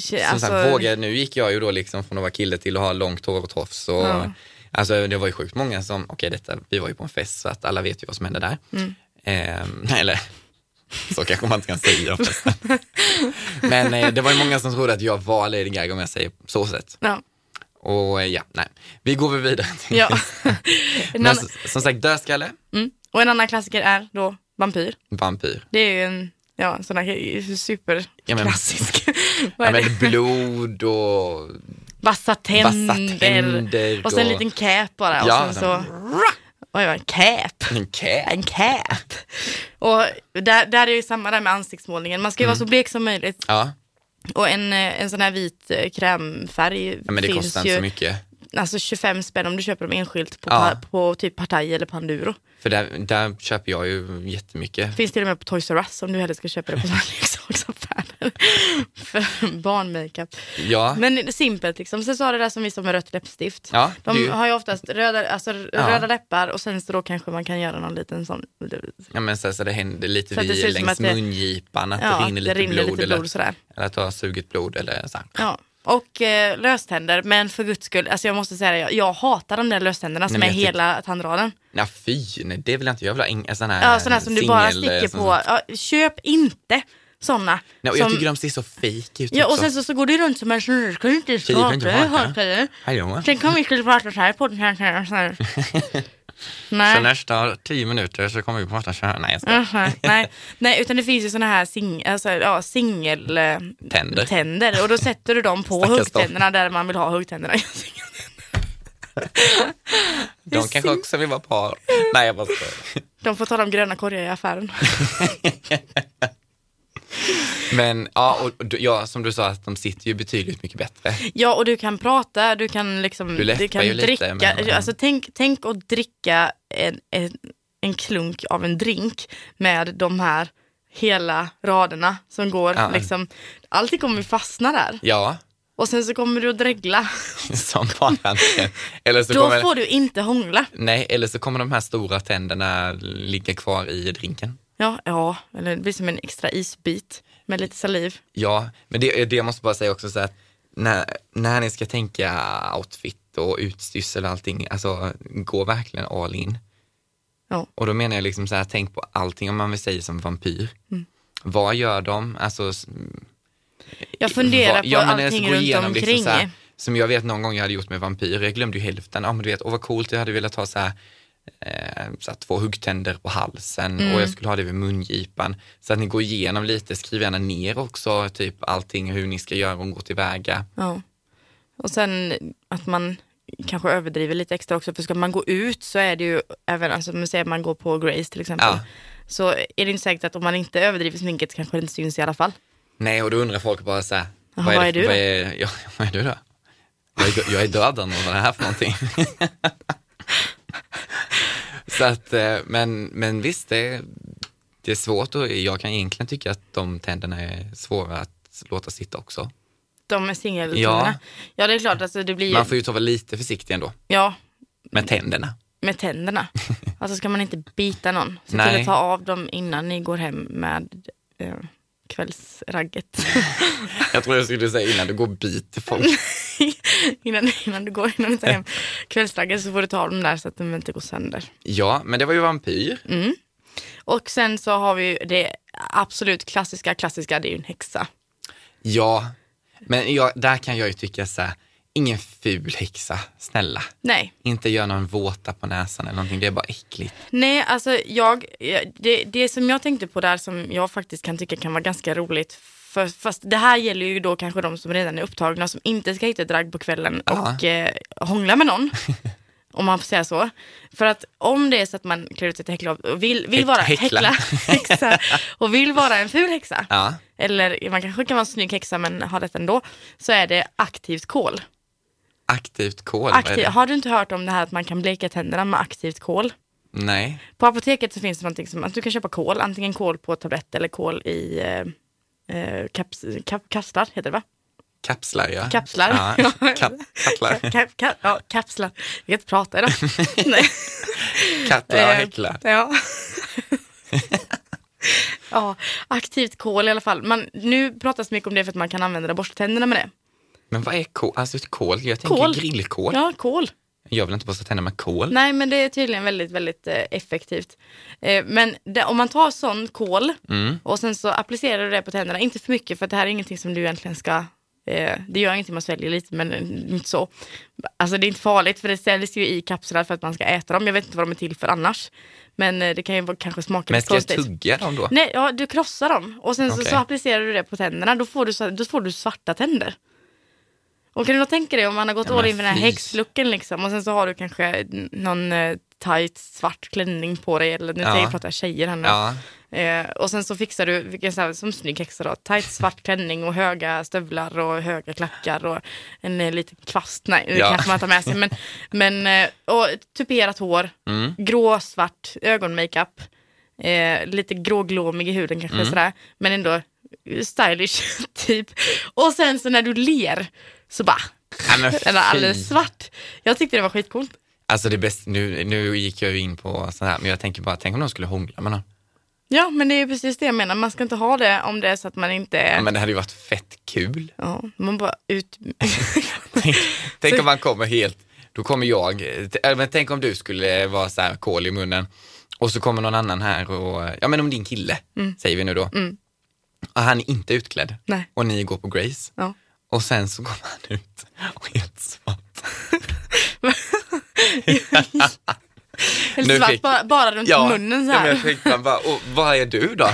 [SPEAKER 1] Som
[SPEAKER 2] alltså,
[SPEAKER 1] sagt, våga, nu gick jag ju då liksom från att vara kille till att ha långt hår och tofs. Och,
[SPEAKER 2] Ja.
[SPEAKER 1] Alltså det var ju sjukt många som, okej detta, vi var ju på en fest så att alla vet ju vad som hände där.
[SPEAKER 2] Mm.
[SPEAKER 1] Ehm, eller så kanske man inte kan säga. förresten. Men eh, det var ju många som trodde att jag var Lady Gaga om jag säger så sett.
[SPEAKER 2] Ja.
[SPEAKER 1] Och eh, ja, nej, vi går väl vidare.
[SPEAKER 2] ja. en
[SPEAKER 1] Men
[SPEAKER 2] annan,
[SPEAKER 1] s- som sagt, dödskalle,
[SPEAKER 2] mm. Och en annan klassiker är då vampyr.
[SPEAKER 1] vampyr.
[SPEAKER 2] Det är ju en ja, en sån här
[SPEAKER 1] Ja, men-
[SPEAKER 2] superklassisk.
[SPEAKER 1] Ja,
[SPEAKER 2] Vad är det?
[SPEAKER 1] men blod och
[SPEAKER 2] Vassa
[SPEAKER 1] vassa
[SPEAKER 2] tänder.
[SPEAKER 1] tänder.
[SPEAKER 2] Och så en liten cap bara. Och
[SPEAKER 1] Ja,
[SPEAKER 2] sen så, oj, en cap.
[SPEAKER 1] en kä.
[SPEAKER 2] En cap. Och där, där är ju samma där med ansiktsmålningen. Man ska ju vara så
[SPEAKER 1] Mm.
[SPEAKER 2] blek som möjligt.
[SPEAKER 1] Ja,
[SPEAKER 2] Och en, eh, en sån här vit eh, krämfärg
[SPEAKER 1] men det
[SPEAKER 2] finns
[SPEAKER 1] kostar inte
[SPEAKER 2] ju.
[SPEAKER 1] så mycket.
[SPEAKER 2] Alltså 25 spänn om du köper dem enskilt på,
[SPEAKER 1] Ja.
[SPEAKER 2] pa, på typ Partaj eller Panduro.
[SPEAKER 1] För där, där köper jag ju jättemycket.
[SPEAKER 2] Finns till och med på Toys R Us om du hellre ska köpa det på såna här leksaksaffärer. För barnmakeup.
[SPEAKER 1] Ja,
[SPEAKER 2] Men simpelt liksom. Sen så har det där som vi som med rött läppstift.
[SPEAKER 1] ja det är
[SPEAKER 2] De
[SPEAKER 1] ju,
[SPEAKER 2] har ju oftast röda, alltså, r-
[SPEAKER 1] Ja.
[SPEAKER 2] röda läppar och sen så då kanske man kan göra någon liten sån.
[SPEAKER 1] ja, men så, så det händer lite
[SPEAKER 2] Så att det
[SPEAKER 1] vid
[SPEAKER 2] ser ut som
[SPEAKER 1] längs
[SPEAKER 2] att det-
[SPEAKER 1] mungipan, att
[SPEAKER 2] ja,
[SPEAKER 1] det rinner lite blod, eller,
[SPEAKER 2] sådär.
[SPEAKER 1] eller att du har sugit blod eller så. här.
[SPEAKER 2] Ja. Och eh, löständer, men för guds skull, alltså jag måste säga det, jag, jag hatar de där löständerna som
[SPEAKER 1] men
[SPEAKER 2] är
[SPEAKER 1] jag tyck-
[SPEAKER 2] hela tandraden.
[SPEAKER 1] Nej fy, nej, det vill jag inte. Jag vill ha en, en sån här
[SPEAKER 2] ja, sådana här som du
[SPEAKER 1] singel,
[SPEAKER 2] bara
[SPEAKER 1] eh,
[SPEAKER 2] sticker
[SPEAKER 1] sån-
[SPEAKER 2] på. Ja, köp inte sådana.
[SPEAKER 1] Nej, och jag
[SPEAKER 2] som,
[SPEAKER 1] tycker de ser så fake ut
[SPEAKER 2] ja, och
[SPEAKER 1] också.
[SPEAKER 2] sen så, så går du runt som en sån här, ska du inte
[SPEAKER 1] Tjejer kan inte
[SPEAKER 2] skaka,
[SPEAKER 1] haka.
[SPEAKER 2] haka.
[SPEAKER 1] Hallå.
[SPEAKER 2] Tänk om vi skulle prata så här på den här. Så här, så här.
[SPEAKER 1] Så
[SPEAKER 2] Nej.
[SPEAKER 1] nästa tio minuter så kommer vi på att köra. Nej, jag skojar.
[SPEAKER 2] Aha, nej. nej, utan det finns ju såna här sing, alltså, ja, singel... eh,
[SPEAKER 1] Tänder.
[SPEAKER 2] tänder. Och då sätter du dem på
[SPEAKER 1] Stackars
[SPEAKER 2] huggtänderna där man vill ha huggtänderna.
[SPEAKER 1] De kanske också vill vara par. Nej, jag bara skojar.
[SPEAKER 2] De får ta de gröna korgar i affären.
[SPEAKER 1] Men ja, och du, ja, som du sa, att de sitter ju betydligt mycket bättre.
[SPEAKER 2] Ja, och du kan prata, du kan liksom...
[SPEAKER 1] Du läppar
[SPEAKER 2] kan
[SPEAKER 1] ju lite,
[SPEAKER 2] dricka.
[SPEAKER 1] men-
[SPEAKER 2] Alltså, tänk, tänk att dricka en, en, en klunk av en drink med de här hela raderna som går.
[SPEAKER 1] Ja.
[SPEAKER 2] Liksom, allting kommer fastna där.
[SPEAKER 1] Ja,
[SPEAKER 2] Och sen så kommer du att dregla.
[SPEAKER 1] som bara inte. Eller så
[SPEAKER 2] Då
[SPEAKER 1] kommer,
[SPEAKER 2] får du inte hångla.
[SPEAKER 1] Nej, eller så kommer de här stora tänderna ligga kvar i drinken.
[SPEAKER 2] Ja, ja, eller det blir som en extra isbit med lite saliv.
[SPEAKER 1] Ja, men det, det måste jag bara säga också så att när, när ni ska tänka outfit och utstyrsel och allting, alltså gå verkligen all in.
[SPEAKER 2] Ja.
[SPEAKER 1] Och då menar jag liksom så här, tänk på allting om man vill säga som vampyr. Vad gör de? Alltså, s-
[SPEAKER 2] Jag funderar
[SPEAKER 1] vad-
[SPEAKER 2] på
[SPEAKER 1] ja, men ens
[SPEAKER 2] allting
[SPEAKER 1] gå
[SPEAKER 2] runt
[SPEAKER 1] igenom
[SPEAKER 2] omkring.
[SPEAKER 1] Liksom så här, som jag vet någon gång jag hade gjort med vampyr, jag glömde ju hälften. Ja men du vet, åh vad coolt, jag hade velat ha så här, eh, så här två huggtänder på halsen
[SPEAKER 2] Mm.
[SPEAKER 1] och jag skulle ha det vid mungipan. Så att ni går igenom lite, skriv gärna ner också typ allting, hur ni ska göra och gå tillväga.
[SPEAKER 2] Ja. Och sen att man kanske överdriver lite extra också, för ska man gå ut så är det ju, även alltså, om man säger att man går på Grace till exempel,
[SPEAKER 1] Ja.
[SPEAKER 2] så är det inte säkert att om man inte överdriver sminket så kanske det inte syns i alla fall.
[SPEAKER 1] Nej, och då undrar folk bara så här,
[SPEAKER 2] Jaha, vad är du
[SPEAKER 1] vad
[SPEAKER 2] då?
[SPEAKER 1] är, ja, vad är du då? Jag är, jag är döden och vad är det här för någonting? så att, eh, men, men visst, det, det är svårt och jag kan egentligen tycka att de tänderna är svåra att låta sitta också.
[SPEAKER 2] De är
[SPEAKER 1] Ja.
[SPEAKER 2] singeltunnorna. Ja. det är klart, alltså, det blir ju,
[SPEAKER 1] Man får ju ta vara lite försiktig ändå
[SPEAKER 2] ja,
[SPEAKER 1] med tänderna.
[SPEAKER 2] med tänderna. Alltså ska man inte bita någon. Se till
[SPEAKER 1] Nej.
[SPEAKER 2] att ta av dem innan ni går hem med eh, kvällsragget.
[SPEAKER 1] Jag tror jag skulle säga innan du går och biter folk.
[SPEAKER 2] innan, innan du går innan du tar hem kvällsragget så får du ta av dem där så att de inte går sönder.
[SPEAKER 1] Ja, men det var ju vampyr.
[SPEAKER 2] Mm. Och sen så har vi ju det absolut klassiska, klassiska, det är ju en häxa.
[SPEAKER 1] Ja, men jag, där kan jag ju tycka så här, ingen ful häxa, snälla.
[SPEAKER 2] Nej,
[SPEAKER 1] inte göra någon våta på näsan eller någonting, det är bara äckligt.
[SPEAKER 2] nej alltså jag, jag- det, det som jag tänkte på där som jag faktiskt kan tycka kan vara ganska roligt, för, fast det här gäller ju då kanske de som redan är upptagna som inte ska hitta drag på kvällen
[SPEAKER 1] Ja.
[SPEAKER 2] och eh, hångla med någon. Om man får säga så. För att om det är så att man klär ut sig till häckla och vill, vill
[SPEAKER 1] Häck-
[SPEAKER 2] vara
[SPEAKER 1] häckla.
[SPEAKER 2] häckla, häxa, och vill vara en ful häxa,
[SPEAKER 1] Ja.
[SPEAKER 2] eller man kanske kan vara en snygg häxa men ha rätt ändå, så är det aktivt kol.
[SPEAKER 1] Aktivt kol, vad är
[SPEAKER 2] Aktiv,
[SPEAKER 1] det?
[SPEAKER 2] har du inte hört om det här att man kan bleka tänderna med aktivt kol?
[SPEAKER 1] Nej.
[SPEAKER 2] På apoteket så finns det någonting som att du kan köpa kol, antingen kol på tablett eller kol i eh, eh, kaps, kap, kapslar, heter det va?
[SPEAKER 1] Kapslar ja.
[SPEAKER 2] Kapslar.
[SPEAKER 1] Ja. Kap, kattlar.
[SPEAKER 2] Ka, ka, ja, kapslar. Jag kan inte prata idag. Nej.
[SPEAKER 1] Kattlar och
[SPEAKER 2] Eh,
[SPEAKER 1] häcklar.
[SPEAKER 2] Ja. ja, aktivt kol i alla fall. Man, nu pratas mycket om det för att man kan använda borsttänderna med det.
[SPEAKER 1] Men vad är kol? Alltså ett kol, jag tänker
[SPEAKER 2] Kol.
[SPEAKER 1] grillkol.
[SPEAKER 2] Ja, kol.
[SPEAKER 1] Jag vill inte borsta tänderna med kol.
[SPEAKER 2] Nej, men det är tydligen väldigt, väldigt eh, effektivt. Eh, men det, om man tar sån kol
[SPEAKER 1] Mm.
[SPEAKER 2] och sen så applicerar du det på tänderna, inte för mycket för att det här är ingenting som du egentligen ska eh, det gör ingenting om man sväljer lite men eh, inte så. Alltså det är inte farligt för det säljs ju i kapslar för att man ska äta dem. Jag vet inte vad de är till för annars. Men eh, det kan ju vara- kanske smaka
[SPEAKER 1] Men
[SPEAKER 2] lite
[SPEAKER 1] ska jag
[SPEAKER 2] konstigt.
[SPEAKER 1] tugga dem då?
[SPEAKER 2] Nej, ja, du krossar dem och sen så,
[SPEAKER 1] Okej.
[SPEAKER 2] så applicerar du det på tänderna. Då får du, så- då får du svarta tänder. Och kan du då tänka dig om man har gått
[SPEAKER 1] Ja,
[SPEAKER 2] all
[SPEAKER 1] men
[SPEAKER 2] in med den här
[SPEAKER 1] fy.
[SPEAKER 2] häxlucken liksom och sen så har du kanske någon eh, tight svart klänning på dig eller nu
[SPEAKER 1] Ja.
[SPEAKER 2] säger pratar jag tjejer här nu.
[SPEAKER 1] Ja.
[SPEAKER 2] Eh, och sen så fixar du, vilken så här, som snygg häxa då, tight svart klänning och höga stövlar och höga klackar och en eh, liten kvast, nej det
[SPEAKER 1] Ja.
[SPEAKER 2] kanske man tar med sig, men, men eh, och tuperat hår,
[SPEAKER 1] Mm.
[SPEAKER 2] grå svart ögonmakeup, eh, lite gråglåmig i huden
[SPEAKER 1] Mm.
[SPEAKER 2] kanske sådär, men ändå stylish typ. Och sen så när du ler så bara,
[SPEAKER 1] Nej, men
[SPEAKER 2] den är alldeles
[SPEAKER 1] fy.
[SPEAKER 2] svart. Jag tyckte det var skitcoolt.
[SPEAKER 1] Alltså det bästa, nu, nu gick jag ju in på sådär, men jag tänker bara, tänk om någon skulle hångla med någon.
[SPEAKER 2] Ja, men det är precis det jag menar. Man ska inte ha det om det är så att man inte
[SPEAKER 1] Ja,
[SPEAKER 2] är...
[SPEAKER 1] men det hade ju varit fett kul.
[SPEAKER 2] Ja, man bara ut...
[SPEAKER 1] Tänk, tänk om man kommer helt, då kommer jag, äh, men tänk om du skulle vara så här kol i munnen och så kommer någon annan här och, ja men om din kille, säger vi nu då. Och han är inte utklädd
[SPEAKER 2] Mm. Nej.
[SPEAKER 1] och ni går på Grace
[SPEAKER 2] Ja.
[SPEAKER 1] och sen så går han ut och är helt svart.
[SPEAKER 2] Helt
[SPEAKER 1] Nu
[SPEAKER 2] svart,
[SPEAKER 1] fick-
[SPEAKER 2] bara, bara runt munnen så
[SPEAKER 1] ja, men
[SPEAKER 2] här.
[SPEAKER 1] jag tänkte man bara, och vad är du då?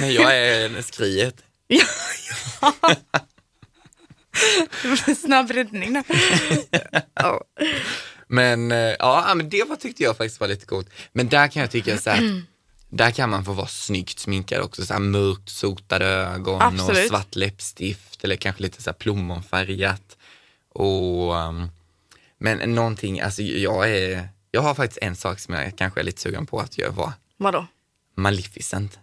[SPEAKER 1] Nej, jag är skriet.
[SPEAKER 2] Ja, ja. Snabb räddning där. Ja.
[SPEAKER 1] Men eh, ja, men det var, tyckte jag faktiskt var lite coolt. Men där kan jag tycka så här, där kan man få vara snyggt sminkad också. Så här mörkt sotade ögon och
[SPEAKER 2] Absolut.
[SPEAKER 1] svart läppstift eller kanske lite så här plommonfärgat. Och, um, men någonting, alltså jag är, jag har faktiskt en sak som jag kanske är lite sugen på att göra var
[SPEAKER 2] Vadå?
[SPEAKER 1] Maleficent.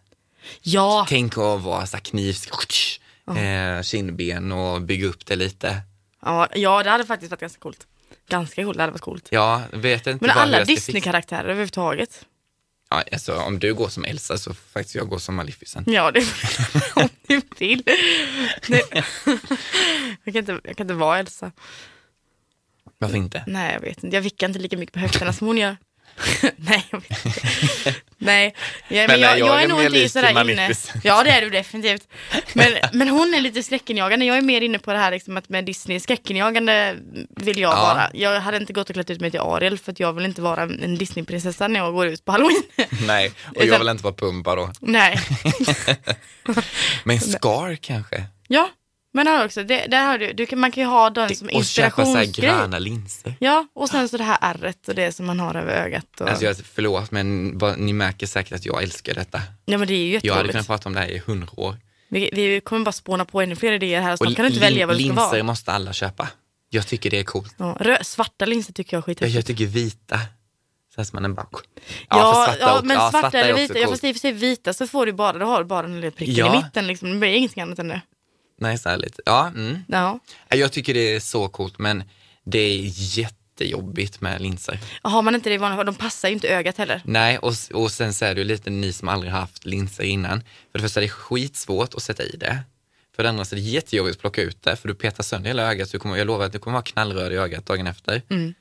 [SPEAKER 2] Ja,
[SPEAKER 1] Tänk att vara så här knivsk, eh, kindben och bygga upp det lite.
[SPEAKER 2] ja, ja, det hade faktiskt varit ganska coolt. Ganska coolt, det hade varit coolt.
[SPEAKER 1] Ja, vet inte
[SPEAKER 2] Men
[SPEAKER 1] bara hur
[SPEAKER 2] alla
[SPEAKER 1] jag ska fixa-
[SPEAKER 2] Disney-karaktärer överhuvudtaget.
[SPEAKER 1] Ja, alltså, om du går som Elsa så får faktiskt jag går som Maleficent.
[SPEAKER 2] Ja, det om du vill. Det... Jag, kan inte, jag kan inte vara Elsa.
[SPEAKER 1] Varför inte?
[SPEAKER 2] Nej, jag vet inte. Jag vickar inte lika mycket på höfterna som hon gör. Nej, jag vet inte. Nej, jag,
[SPEAKER 1] Men
[SPEAKER 2] men jag,
[SPEAKER 1] nej,
[SPEAKER 2] jag,
[SPEAKER 1] jag
[SPEAKER 2] är,
[SPEAKER 1] är
[SPEAKER 2] nog
[SPEAKER 1] mer
[SPEAKER 2] inte
[SPEAKER 1] lik
[SPEAKER 2] sådär inne.
[SPEAKER 1] Maleficent.
[SPEAKER 2] Ja, det är du definitivt. Men, men hon är lite skräckenjagande. Jag är mer inne på det här liksom att med Disney, skräckenjagande vill jag
[SPEAKER 1] Ja.
[SPEAKER 2] vara. Jag hade inte gått och klätt ut mig till Ariel för att jag vill inte vara en Disneyprinsessa när jag går ut på halloween.
[SPEAKER 1] Nej, och
[SPEAKER 2] Utan-
[SPEAKER 1] jag vill inte vara Pumba då.
[SPEAKER 2] Nej,
[SPEAKER 1] Men Scar kanske?
[SPEAKER 2] ja. Men här också, det, där har du, du kan, man kan ju ha den som
[SPEAKER 1] Och köpa så här
[SPEAKER 2] Alltså, inspirationsgrej.
[SPEAKER 1] gröna linser.
[SPEAKER 2] Ja, och sen så det här ärret och det som man har över ögat. Och...
[SPEAKER 1] Alltså jag, förlåt, men vad- ni märker säkert att jag älskar detta.
[SPEAKER 2] ja, men det är ju
[SPEAKER 1] Jag hade
[SPEAKER 2] jätteroligt.
[SPEAKER 1] kunnat prata om det här i hundra år.
[SPEAKER 2] Vi, vi kommer bara spåna på ännu fler idéer här. Så
[SPEAKER 1] Och
[SPEAKER 2] man kan du inte
[SPEAKER 1] lin-
[SPEAKER 2] välja vad det ska
[SPEAKER 1] linser
[SPEAKER 2] vara.
[SPEAKER 1] måste alla köpa. Jag tycker det är coolt.
[SPEAKER 2] Ja, rö- svarta linser tycker jag är
[SPEAKER 1] Jag,
[SPEAKER 2] skithäftigt.
[SPEAKER 1] jag tycker vita. Så här som man en bara... Ja,
[SPEAKER 2] Ja,
[SPEAKER 1] för
[SPEAKER 2] ja,
[SPEAKER 1] också-
[SPEAKER 2] men
[SPEAKER 1] ja,
[SPEAKER 2] svarta,
[SPEAKER 1] är
[SPEAKER 2] eller
[SPEAKER 1] också
[SPEAKER 2] vita. Ja,
[SPEAKER 1] coolt.
[SPEAKER 2] fast i och för sig vita så får du bara, då har du bara den lilla pricken
[SPEAKER 1] Ja.
[SPEAKER 2] i mitten liksom. Det blir ingenting annat än det.
[SPEAKER 1] Nej, så här lite. Ja, mm.
[SPEAKER 2] Ja.
[SPEAKER 1] Jag tycker det är så coolt, men det är jättejobbigt med linser.
[SPEAKER 2] Har man inte det i vanliga fall, de passar ju inte ögat heller.
[SPEAKER 1] Nej, och, och sen så är det ju lite ni som aldrig haft linser innan. För det första är det skitsvårt att sätta i det. För det andra så är det jättejobbigt att plocka ut det, för du petar sönder hela ögat. Så du kommer, jag lovar att du kommer vara knallröd i ögat dagen efter.
[SPEAKER 2] Mm.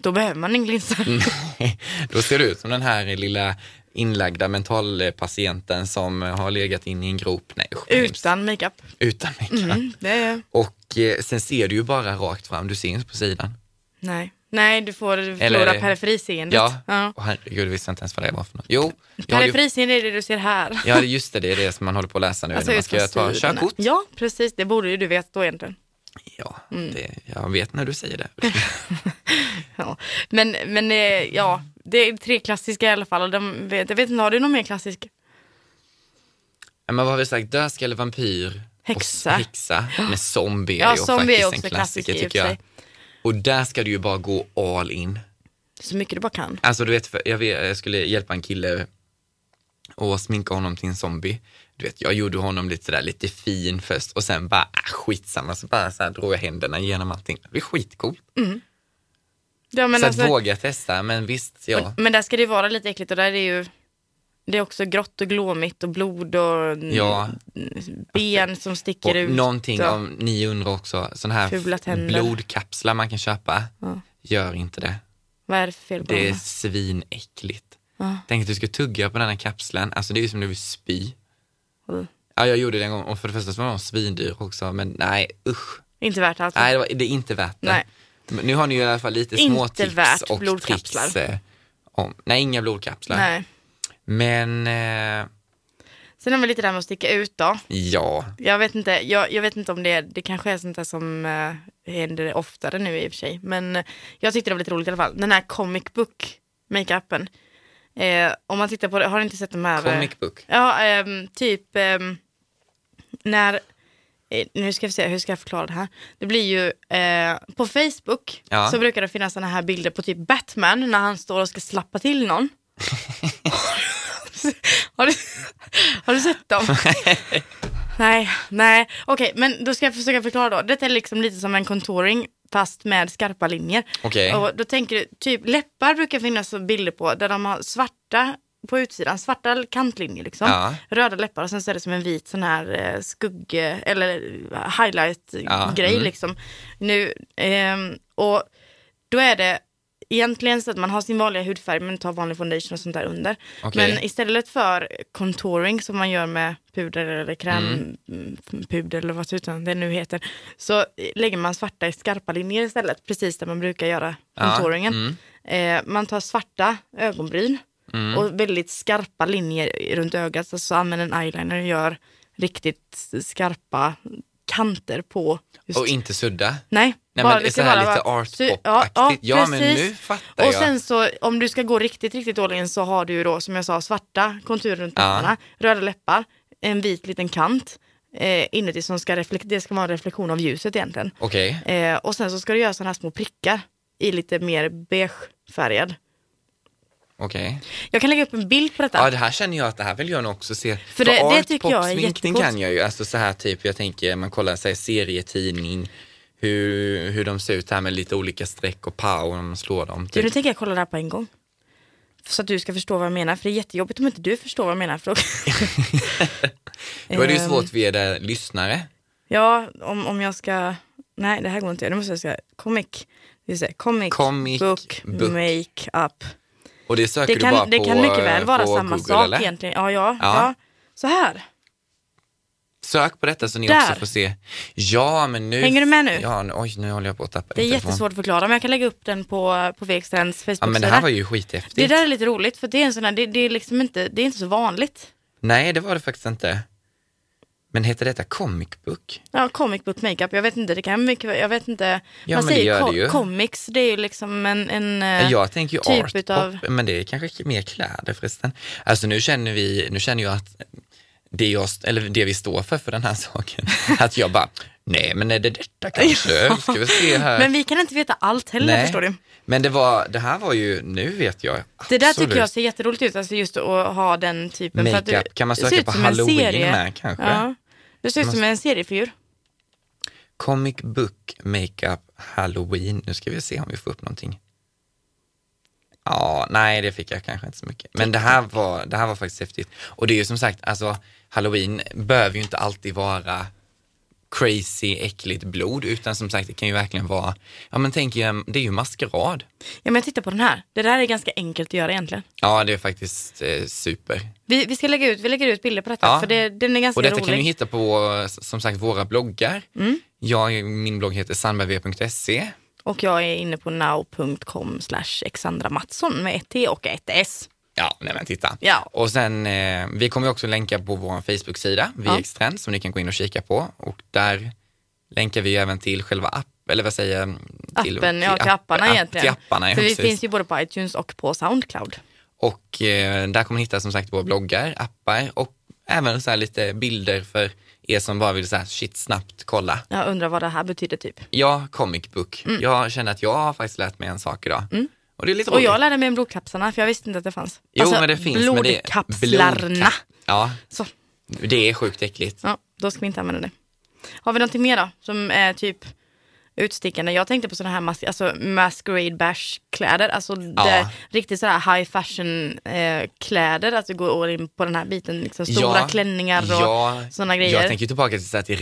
[SPEAKER 2] Då behöver man ingen linser.
[SPEAKER 1] Mm. Då ser du ut som den här lilla inlagda mentalpatienten som har legat in i en grop. Nej, usch, vad hemskt.
[SPEAKER 2] Utan makeup.
[SPEAKER 1] Utan makeup.
[SPEAKER 2] Mm, det är...
[SPEAKER 1] Och eh, sen ser du ju bara rakt fram, du ser inte på sidan.
[SPEAKER 2] Nej. Nej, du får du
[SPEAKER 1] Eller-
[SPEAKER 2] förlora periferiseendet.
[SPEAKER 1] Ja, och herregud, jag visste inte ens vad det var för något. Jo, jag hade ju
[SPEAKER 2] Periferiseendet är det du ser här. Alltså,
[SPEAKER 1] Ja, just det. Det är det som man håller på att läsa nu när man
[SPEAKER 2] just
[SPEAKER 1] ska
[SPEAKER 2] från
[SPEAKER 1] ta
[SPEAKER 2] sidorna.
[SPEAKER 1] körkort.
[SPEAKER 2] Ja, precis. Det borde ju du veta då egentligen.
[SPEAKER 1] Ja,
[SPEAKER 2] Mm.
[SPEAKER 1] det, jag vet när du säger det.
[SPEAKER 2] Ja. Men, men eh, ja, det är tre klassiska i alla fall. Och de vet, jag vet inte, har du någon mer klassisk?
[SPEAKER 1] Men vad har vi sagt? Dödskalle, vampyr,
[SPEAKER 2] Häxa.
[SPEAKER 1] Och s- häxa. Men zombie är
[SPEAKER 2] Ja,
[SPEAKER 1] ju
[SPEAKER 2] zombie är
[SPEAKER 1] faktiskt
[SPEAKER 2] också
[SPEAKER 1] en
[SPEAKER 2] en
[SPEAKER 1] klassiker
[SPEAKER 2] klassiker i och
[SPEAKER 1] tycker
[SPEAKER 2] för
[SPEAKER 1] jag. Och där ska du ju bara gå all in.
[SPEAKER 2] Så mycket du bara kan.
[SPEAKER 1] Alltså du vet, för jag, vet, jag skulle hjälpa en kille och sminka honom till en zombie. Du vet, jag gjorde honom lite sådär lite fin först och sen bara ah, skitsamma, så bara så här drog jag händerna genom allting. Det blir skitcoolt.
[SPEAKER 2] Ja, men,
[SPEAKER 1] så
[SPEAKER 2] alltså,
[SPEAKER 1] att våga testa, men visst, ja.
[SPEAKER 2] men där ska det ju vara lite äckligt och där är det ju det är också grått och glåmigt och blod och mm,
[SPEAKER 1] Ja,
[SPEAKER 2] ben som sticker
[SPEAKER 1] Och
[SPEAKER 2] ut.
[SPEAKER 1] någonting
[SPEAKER 2] och,
[SPEAKER 1] om ni undrar också, sådana
[SPEAKER 2] Fula
[SPEAKER 1] här
[SPEAKER 2] tänder.
[SPEAKER 1] blodkapslar man kan köpa, gör inte det.
[SPEAKER 2] Vad är det för fel på
[SPEAKER 1] Det är
[SPEAKER 2] det?
[SPEAKER 1] svinäckligt.
[SPEAKER 2] Ja.
[SPEAKER 1] Tänk att du ska tugga på den här kapseln, alltså det är ju som du vill spy. Ja, jag gjorde det en gång och för det första så var den svindyr också, men nej usch.
[SPEAKER 2] Inte värt allt.
[SPEAKER 1] Nej, det, var, det är inte värt det.
[SPEAKER 2] Nej.
[SPEAKER 1] Men Nu har ni ju i alla fall lite
[SPEAKER 2] Inte
[SPEAKER 1] små tips
[SPEAKER 2] värt
[SPEAKER 1] och
[SPEAKER 2] blodkapslar.
[SPEAKER 1] tricks. eh, Om, nej, inga blodkapslar.
[SPEAKER 2] Nej.
[SPEAKER 1] Men eh,
[SPEAKER 2] Sen har vi lite det här med att sticka ut då.
[SPEAKER 1] ja,
[SPEAKER 2] Jag vet inte, jag, jag vet inte om det, det kanske är sånt där som eh, händer oftare nu i och för sig. Men eh, jag tyckte det var lite roligt i alla fall. Den här comic book makeupen. Eh, om man tittar på det, har ni inte sett de här? eh,
[SPEAKER 1] comic book.
[SPEAKER 2] Ja, ehm, typ ehm, när, eh, nu ska vi se, hur ska jag förklara det här? Det blir ju, eh, på Facebook
[SPEAKER 1] Ja.
[SPEAKER 2] så brukar det finnas sådana här bilder på typ Batman när han står och ska slappa till någon. har, du, har du sett dem? nej, nej, okej, men då ska jag försöka förklara då. Detta är liksom lite som en contouring fast med skarpa linjer.
[SPEAKER 1] Okej.
[SPEAKER 2] Och då tänker du, typ läppar brukar finnas så bilder på där de har svarta på utsidan, svarta kantlinjer liksom.
[SPEAKER 1] Ja.
[SPEAKER 2] Röda läppar och sen så är det som en vit sån här eh, skugg eller eh, highlight-grej
[SPEAKER 1] Ja, mm.
[SPEAKER 2] liksom. Nu, ehm, och då är det egentligen så att man har sin vanliga hudfärg men tar vanlig foundation och sånt där under.
[SPEAKER 1] Okej.
[SPEAKER 2] Men istället för contouring som man gör med puder eller
[SPEAKER 1] Mm.
[SPEAKER 2] krämpuder eller vad tusan det nu heter, så lägger man svarta i skarpa linjer istället, precis där man brukar göra
[SPEAKER 1] Ja,
[SPEAKER 2] contouringen.
[SPEAKER 1] mm.
[SPEAKER 2] Eh, man tar svarta ögonbryn och väldigt skarpa linjer runt ögat, så, så använder en eyeliner och gör riktigt skarpa kanter på just
[SPEAKER 1] Och inte sudda.
[SPEAKER 2] Nej,
[SPEAKER 1] Nej men
[SPEAKER 2] bara
[SPEAKER 1] det
[SPEAKER 2] det
[SPEAKER 1] är så
[SPEAKER 2] ska
[SPEAKER 1] här
[SPEAKER 2] vara-
[SPEAKER 1] lite
[SPEAKER 2] sy-
[SPEAKER 1] artpop-aktigt.
[SPEAKER 2] Ja, ja,
[SPEAKER 1] men
[SPEAKER 2] precis.
[SPEAKER 1] nu fattar jag.
[SPEAKER 2] Och sen så om du ska gå riktigt, riktigt all in så har du ju då som jag sa svarta konturer runt
[SPEAKER 1] Ja.
[SPEAKER 2] läpparna, röda läppar, en vit liten kant eh, inuti som ska reflek- det ska vara en reflektion av ljuset egentligen.
[SPEAKER 1] Okej,
[SPEAKER 2] Eh, och sen så ska du göra sådana här små prickar i lite mer beige färgad.
[SPEAKER 1] okej.
[SPEAKER 2] Jag kan lägga upp en bild på detta.
[SPEAKER 1] Ja, det här känner jag att det här vill jag nog också se. För,
[SPEAKER 2] det- det
[SPEAKER 1] art
[SPEAKER 2] tycker jag är
[SPEAKER 1] pop, sminkning
[SPEAKER 2] jättecoolt.
[SPEAKER 1] kan jag ju, alltså så här typ, jag tänker man kollar sig serietidning, hur, hur de ser ut här med lite olika streck och power när man slår dem.
[SPEAKER 2] Du, nu
[SPEAKER 1] Typ.
[SPEAKER 2] tänker jag kolla det här på en gång. Så att du ska förstå vad jag menar, för det är jättejobbigt om inte du förstår vad jag menar. För då-
[SPEAKER 1] Då är det ju
[SPEAKER 2] Ehm.
[SPEAKER 1] svårt för er där, lyssnare.
[SPEAKER 2] Ja, om, om jag ska... Nej, det här går inte. Nu måste jag säga comic. Det vill säga, comic,
[SPEAKER 1] Comic,
[SPEAKER 2] book,
[SPEAKER 1] book.
[SPEAKER 2] make-up.
[SPEAKER 1] Och det söker
[SPEAKER 2] Det
[SPEAKER 1] du bara
[SPEAKER 2] kan, det
[SPEAKER 1] på
[SPEAKER 2] kan mycket väl
[SPEAKER 1] eh,
[SPEAKER 2] vara
[SPEAKER 1] på
[SPEAKER 2] samma
[SPEAKER 1] Google,
[SPEAKER 2] sak
[SPEAKER 1] eller?
[SPEAKER 2] egentligen. Ja, ja,
[SPEAKER 1] Ja.
[SPEAKER 2] ja. Så här.
[SPEAKER 1] Sök på detta så ni
[SPEAKER 2] Där.
[SPEAKER 1] också får se. Ja, men nu...
[SPEAKER 2] Hänger du med nu?
[SPEAKER 1] Ja, nu- oj, nu håller jag på att tappa
[SPEAKER 2] Det är
[SPEAKER 1] min telefon.
[SPEAKER 2] jättesvårt att förklara, men jag kan lägga upp den på, på Vekstens
[SPEAKER 1] Ja,
[SPEAKER 2] Facebook-sida.
[SPEAKER 1] men det här var ju skithäftigt.
[SPEAKER 2] det där är lite roligt, för det är, en sån här, det, det är liksom inte, det är inte så vanligt.
[SPEAKER 1] Nej, det var det faktiskt inte. Men heter detta comic book?
[SPEAKER 2] Ja, comic book makeup, jag vet inte, det kan mycket, jag vet inte.
[SPEAKER 1] Ja,
[SPEAKER 2] Man
[SPEAKER 1] men det
[SPEAKER 2] säger
[SPEAKER 1] gör
[SPEAKER 2] co-
[SPEAKER 1] det ju.
[SPEAKER 2] comics, det är ju liksom en... en eh,
[SPEAKER 1] Jag tänker ju
[SPEAKER 2] typ
[SPEAKER 1] art
[SPEAKER 2] utav-
[SPEAKER 1] pop, men det är kanske mer kläder förresten. Alltså nu känner vi, nu känner jag att det, jag, st- eller det vi står för, för den här saken, att jag bara, nej men är det detta kanske? Ska vi se här.
[SPEAKER 2] eh, Men vi kan inte veta allt heller,
[SPEAKER 1] nej.
[SPEAKER 2] förstår du.
[SPEAKER 1] Men det var, det här var ju, nu vet jag.
[SPEAKER 2] Det där
[SPEAKER 1] absolut.
[SPEAKER 2] tycker jag ser jätteroligt ut, alltså just att ha den typen. för att du-
[SPEAKER 1] Makeup, kan man
[SPEAKER 2] det ser
[SPEAKER 1] söka
[SPEAKER 2] ut
[SPEAKER 1] på
[SPEAKER 2] som en
[SPEAKER 1] halloween
[SPEAKER 2] serie.
[SPEAKER 1] med kanske?
[SPEAKER 2] Ja. Du ser ut som en seriefigur.
[SPEAKER 1] Comic book makeup halloween. Nu ska vi se om vi får upp någonting. Ja, nej det fick jag kanske inte så mycket. Men det här var, det här var faktiskt häftigt. Och det är ju som sagt, alltså halloween behöver ju inte alltid vara crazy, äckligt blod, utan som sagt det kan ju verkligen vara, ja men tänk er, det är ju maskerad.
[SPEAKER 2] Ja men titta på den här. Det där är ganska enkelt att göra egentligen.
[SPEAKER 1] Ja, det är faktiskt eh, super.
[SPEAKER 2] Vi, vi ska lägga ut, vi lägger ut bilder på detta
[SPEAKER 1] Ja.
[SPEAKER 2] för det, den är ganska
[SPEAKER 1] Och detta
[SPEAKER 2] rolig.
[SPEAKER 1] kan ni hitta på, eh, som sagt, våra bloggar. Jag, min blogg heter sandbergv.se.
[SPEAKER 2] Och jag är inne på now.com slash Exandra Mattsson med ett T och ett S.
[SPEAKER 1] Ja, nej men titta.
[SPEAKER 2] Ja.
[SPEAKER 1] Och sen, eh, vi kommer ju också länka på vår Facebook-sida,
[SPEAKER 2] Ja.
[SPEAKER 1] VX-trend, som ni kan gå in och kika på. Och där länkar vi ju även till själva app, eller vad säger jag? mm, Till,
[SPEAKER 2] Appen, ja
[SPEAKER 1] till
[SPEAKER 2] till
[SPEAKER 1] app-
[SPEAKER 2] apparna
[SPEAKER 1] app-
[SPEAKER 2] egentligen.
[SPEAKER 1] Till apparna, ja,
[SPEAKER 2] för vi
[SPEAKER 1] precis.
[SPEAKER 2] finns ju både på iTunes och på Soundcloud.
[SPEAKER 1] Och eh, där kommer ni hitta som sagt våra bloggar, appar och även så här lite bilder för er som bara vill så här shit snabbt kolla.
[SPEAKER 2] Jag undrar vad det här betyder typ.
[SPEAKER 1] Ja, comic book. Jag känner att jag har faktiskt lärt mig en sak idag. Och det är lite
[SPEAKER 2] Mm. Och jag alltså,
[SPEAKER 1] roligt.
[SPEAKER 2] lärde mig om blodkapslarna för jag visste inte att det fanns.
[SPEAKER 1] Jo, men det finns. men det-
[SPEAKER 2] blodkapslarna.
[SPEAKER 1] blodkap- Ja,
[SPEAKER 2] Så.
[SPEAKER 1] det är sjukt äckligt.
[SPEAKER 2] Ja, då ska vi inte använda det. Har vi någonting mer då? Som är typ utstickande. Jag tänkte på sådana här mas- alltså masquerade bash kläder. Alltså där, riktigt sådana här high fashion eh, kläder. Att du går all in på den här biten. Liksom stora klänningar och
[SPEAKER 1] ja,
[SPEAKER 2] sådana
[SPEAKER 1] Jag
[SPEAKER 2] grejer.
[SPEAKER 1] tänker ju tillbaka till, så här, till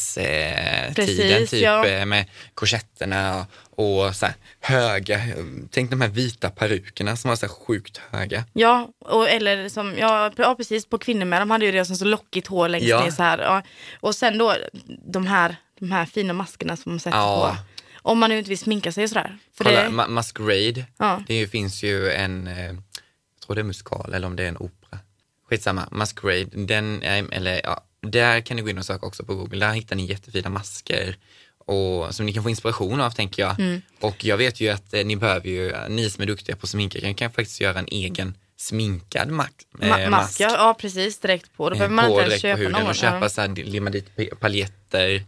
[SPEAKER 1] renässanstiden, eh,
[SPEAKER 2] Precis,
[SPEAKER 1] typ
[SPEAKER 2] ja.
[SPEAKER 1] eh, med korsetterna och, och så här, höga, eh, tänk de här vita perukerna som var så här sjukt höga.
[SPEAKER 2] Ja, och, eller som, ja, pre- ja precis på kvinnor med. De hade ju det som så lockigt hår längst
[SPEAKER 1] Ja.
[SPEAKER 2] ner så här. Ja. Och sen då de här, de här fina maskerna som man sätter
[SPEAKER 1] Ja.
[SPEAKER 2] på. Om man nu inte vill sminka sig och sådär. För
[SPEAKER 1] Kolla,
[SPEAKER 2] det,
[SPEAKER 1] ma- Masquerade,
[SPEAKER 2] Ja.
[SPEAKER 1] det är ju- finns ju en, eh, jag tror det är musikal eller om det är en opera. Skitsamma, Masquerade, den, eh, eller ja, där kan ni gå in och söka också på Google, där hittar ni jättefina masker och, som ni kan få inspiration av tänker jag.
[SPEAKER 2] Mm.
[SPEAKER 1] Och jag vet ju att eh, ni behöver ju, ni som är duktiga på sminka kan, kan faktiskt göra en egen sminkad mak- eh, Mm,
[SPEAKER 2] Ma- mask, ja, ja precis, direkt på. Då behöver man
[SPEAKER 1] på
[SPEAKER 2] inte ens
[SPEAKER 1] direkt på
[SPEAKER 2] köpa
[SPEAKER 1] huden
[SPEAKER 2] någon.
[SPEAKER 1] och köpa så här, limma dit pe- paljetter.